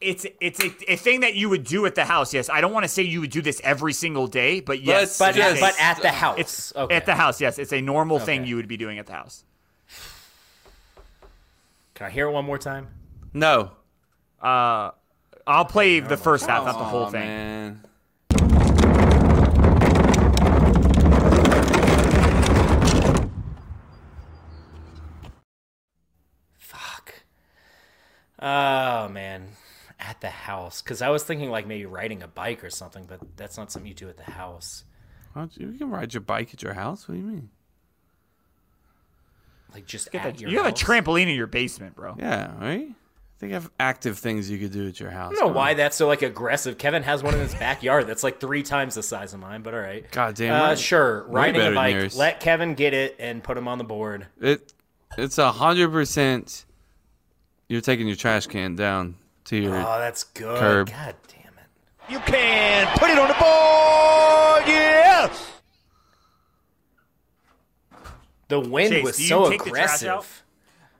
It's it's a, a thing that you would do at the house. Yes, I don't want to say you would do this every single day, but yes,
Let's
But
yes,
just-
but at the house,
it's
okay.
at the house. Yes, it's a normal thing
Okay.
you would be doing at the house.
Can I hear it one more time?
no,
Uh, I'll play the first half, not the whole
Aw,
thing.
man.
Fuck. Oh man, at the house. Because I was thinking like maybe riding a bike or something, but that's not something you do at the house.
Why don't You you can ride your bike at your house. What do you mean?
Like just
Get
at
that-
your
you have a
house.
trampoline in your basement, bro.
Yeah, right. I think I have active things you could do at your house.
I don't
Come
know why that's so like aggressive. Kevin has one in his backyard that's like three times the size of mine, but all right.
God damn
Uh,
right.
sure,
Way
riding
better
a
than
bike.
yours.
Let Kevin get it and put him on the board.
on. it. It's a hundred percent. You're taking your trash can down to your.
Oh, that's good.
Curb.
God damn it.
You can put it on the board. Yeah.
The wind
Chase,
was
do you
so
take the trash out?
aggressive.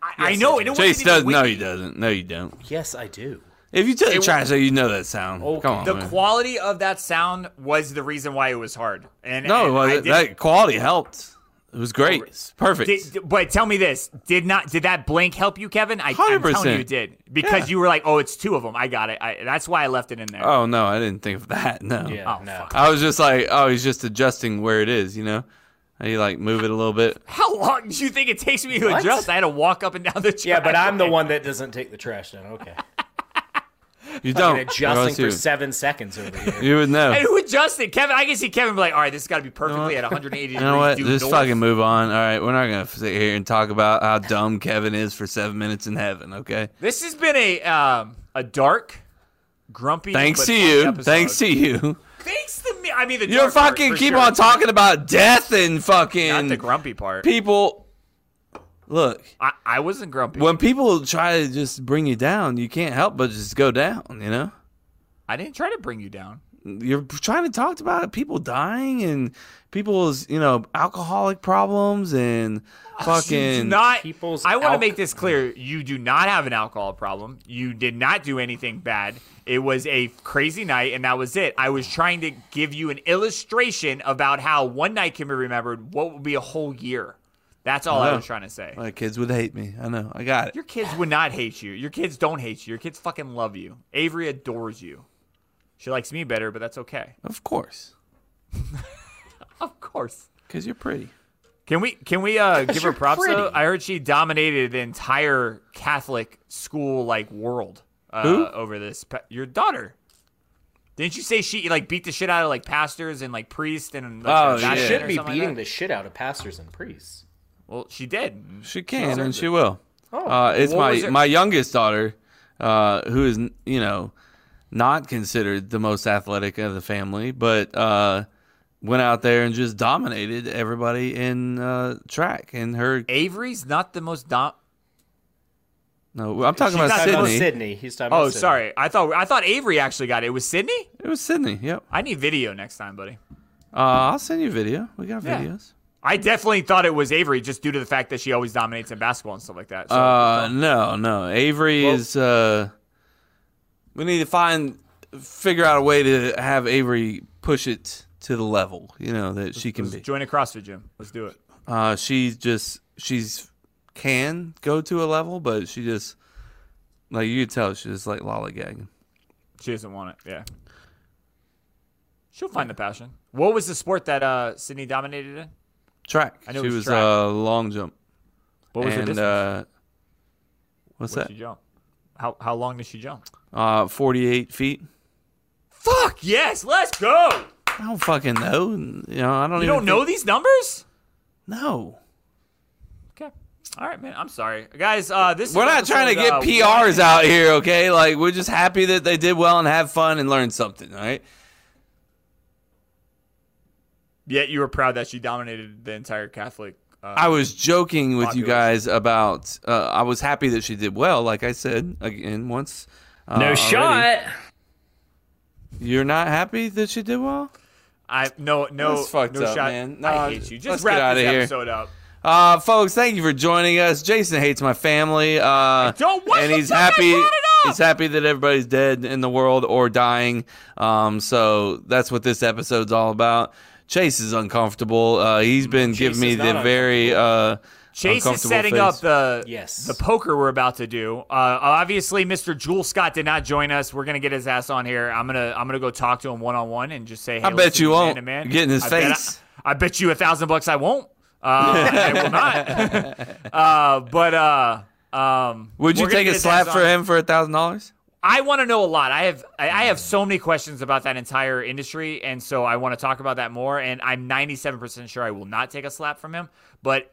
I, I
Yes,
know
I
it.
do.
it wasn't
Chase
even
does. No,
windy.
he doesn't. No, you don't.
Yes, I do.
If you took the
It-
trash out, you know that sound. Come on.
The
man.
quality of that sound was the reason why it was hard. And
no, it
and I
wasn't.
didn't-
that quality helped. It was great. It's perfect.
Did, d- but tell me this: Did not did that blank help you, Kevin? I, I'm telling you,
100%.
it did because
Yeah.
you were like, "Oh, it's two of them. I got it." I, that's why I left it in there.
oh no, I didn't think of that. No.
Yeah,
Oh,
no.
fuck.
I was just like, oh, he's just adjusting where it is, you know. You like move it a little bit.
How long did you think it takes me to
What?
adjust? I had to walk up and down the trash.
Yeah, but I'm the one that doesn't take the trash down. Okay.
You
Fucking
don't.
adjusting
You.
for seven seconds over here.
You would know.
And who adjusted? Kevin, I can see Kevin be like, all right, this has got to be perfectly at 180
You
degrees.
know what?
due
Just
north.
fucking move on. All right, we're not gonna sit here and talk about how dumb Kevin is for seven minutes in heaven. Okay.
This has been a um, a dark, grumpy.
Thanks
but
to
funny
you.
episode.
Thanks to you.
Thanks to me. I mean, the
You
dark part,
fucking
for
keep
sure.
on talking about death and fucking
Not the grumpy part.
people. Look,
I, I wasn't grumpy.
when people try to just bring you down, you can't help but just go down. You know,
I didn't try to bring you down.
you're trying to talk about people dying and people's you know alcoholic problems and
You do
fucking
not. I want to make this clear. You do not have an alcohol problem. You did not do anything bad. It was a crazy night, and that was it. I was trying to give you an illustration about how one night can be remembered. What would be a whole year? That's all I
know.
was trying to say.
My kids would hate me. I know. I got it.
Your kids would not hate you. Your kids don't hate you. Your kids fucking love you. Avery adores you. She likes me better, but that's okay.
Of course,
Of course.
because you're pretty.
Can we can we uh, give her
you're
props though?
pretty.
I heard she dominated the entire Catholic school like world uh,
Who?
over this. pa- Your daughter. Didn't you say she like beat the shit out of like pastors and like priests and like,
Oh,
her
yeah.
vaccine
Should
or
be
something
beating
like that?
the shit out of pastors and priests.
Well, she did.
She can
deserves
and she
it.
will.
Oh,
uh, it's
what was
my
her-
my youngest daughter, uh, who is you know not considered the most athletic of the family, but uh, went out there and just dominated everybody in uh, track. And her
Avery's not the most dom.
no, I'm talking
She's
about
not the most
Sydney.
Sydney, he's talking
Oh,
about Sydney.
sorry. I thought I thought Avery actually got it. It was Sydney.
It was Sydney. Yep.
I need video next time, buddy.
Uh, I'll send you video. We got
Yeah.
videos.
I definitely thought it was Avery just due to the fact that she always dominates in basketball and stuff like that. So.
uh, no, no. Avery is. Uh, we need to find, figure out a way to have Avery push it to the level you know that she can
Let's
be.
Join a CrossFit gym. Let's do it.
Uh, she just she's can go to a level, but she just like you could tell she's just like lollygagging.
She doesn't want it. Yeah. She'll find the passion. What was the sport that uh, Sydney dominated in?
Track.
I know it
she
was
was
track.
uh, long jump.
What was her
and,
distance?
Uh, what's
Where'd
that?
She jump. How how long did she jump?
Uh, forty-eight feet.
Fuck yes, let's go.
I don't fucking know. You know, I don't.
you
even
don't know
think-
these numbers?
No,
Okay. All right, man. I'm sorry, guys. Uh, this
we're not trying to get
uh,
PRs out here. Okay, like we're just happy that they did well and have fun and learned something. All right.
Yet you were proud that she dominated the entire Catholic. Uh,
I was joking with you
population.
guys about. Uh, I was happy that she did well. Like I said again, once. Uh,
No
already.
shot.
You're not happy that she did well.
I no no
That's fucked
no
up,
shot.
man.
I
No,
hate you.
let's
Just
get
wrap
outta
this
here.
episode up.
Uh, folks, thank you for joining us. Jason hates my family. Uh,
don't what
and
the
he's
fuck I
happy.
brought
He's happy that everybody's dead in the world or dying. Um, so that's what this episode's all about. Chase is uncomfortable. Uh, he's been giving me
is
the
not
very uh,
Chase is
uncomfortable
setting
face.
up the the poker we're about to do. Uh, obviously, Mr. Jewel Scott did not join us. We're gonna get his ass on here. I'm gonna I'm gonna go talk to him one on one and just say, hey,
I bet
listen,
you
man
won't
to Man
get in his
I bet I-
face.
I, bet you a thousand bucks I won't. Uh, I will not. uh, but uh, um,
Would you
we're gonna
take
get
a
his
slap
ass
for
on.
him for a thousand dollars?
I want to know a lot. I have I, I have so many questions about that entire industry, and so I want to talk about that more. And I'm 97% sure I will not take a slap from him. But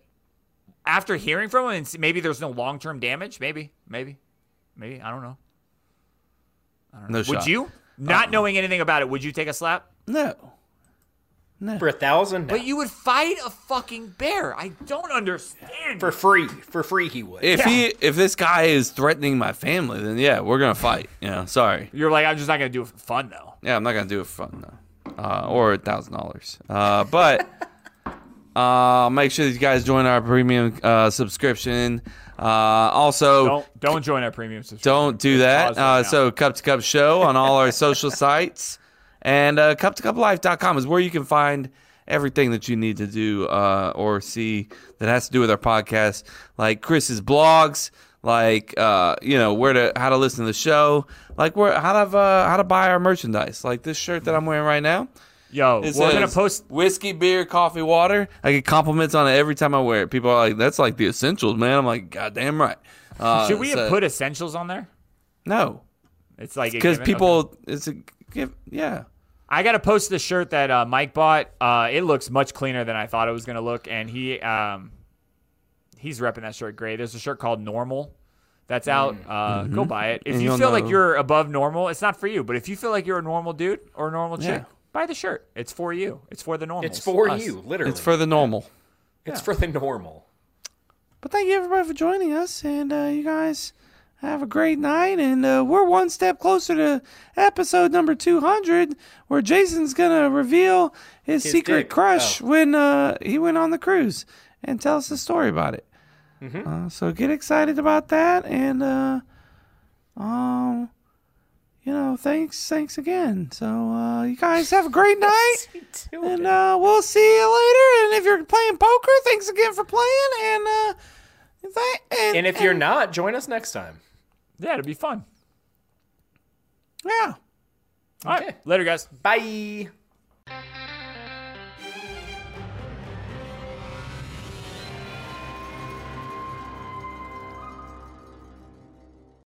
after hearing from him, and see- maybe there's no long term damage. Maybe, maybe, maybe. I don't know. I don't know.
No
would
shot.
you, not knowing anything about it, would you take a slap?
No.
For a thousand?
But you would fight a fucking bear. I don't understand.
For free. For free he would.
If he if this guy is threatening my family, then yeah, we're gonna fight. You know, sorry.
You're like, I'm just not gonna do it for fun though.
Yeah, I'm not gonna do it for fun though, uh, or a thousand dollars. But uh, make sure that you guys join our premium uh, subscription. Uh, also,
Don't don't join our premium subscription.
Don't do that.
paused right
Uh, so, Cup to Cup Show on all our social sites. And uh, cup to cuplife.com is where you can find everything that you need to do uh, or see that has to do with our podcast, like Chris's blogs, like uh, you know where to how to listen to the show, like where how to uh, how to buy our merchandise, like this shirt that I'm wearing right now.
Yo,
It
we're gonna
says,
post
whiskey, beer, coffee, water. I get compliments on it every time I wear it. People are like, "That's like the essentials, man." I'm like, "God damn right." Uh,
Should we
so-
have put essentials on there?
No,
It's like a
because
given-
people,
okay.
it's a give. Yeah,
I gotta post the shirt that uh, Mike bought. Uh, it looks much cleaner than I thought it was gonna look, and he um, he's repping that shirt great. There's a shirt called Normal that's out.
Mm.
Uh,
Mhm.
Go buy it if
And
you
you'll
feel like
know.
you're above normal. It's not for you, but if you feel like you're a normal dude or a normal chick,
Yeah.
buy the shirt. It's for you. It's for the normal.
It's for you, literally.
it's for the normal.
It's for the normal.
But thank you everybody for joining us, and uh, you guys have a great night. And uh, we're one step closer to episode number two hundred, where Jason's gonna reveal his,
His
secret
dick.
crush when uh, he went on the cruise, and tell us the story about it.
Mhm.
Uh, so get excited about that, and uh, um, you know, thanks, thanks again. So uh, you guys have a great night, and uh, we'll see you later. And if you're playing poker, thanks again for playing, and. Uh,
And, if you're not, join us next time.
Yeah, it'll be fun.
Yeah.
All right. Later, guys.
Bye.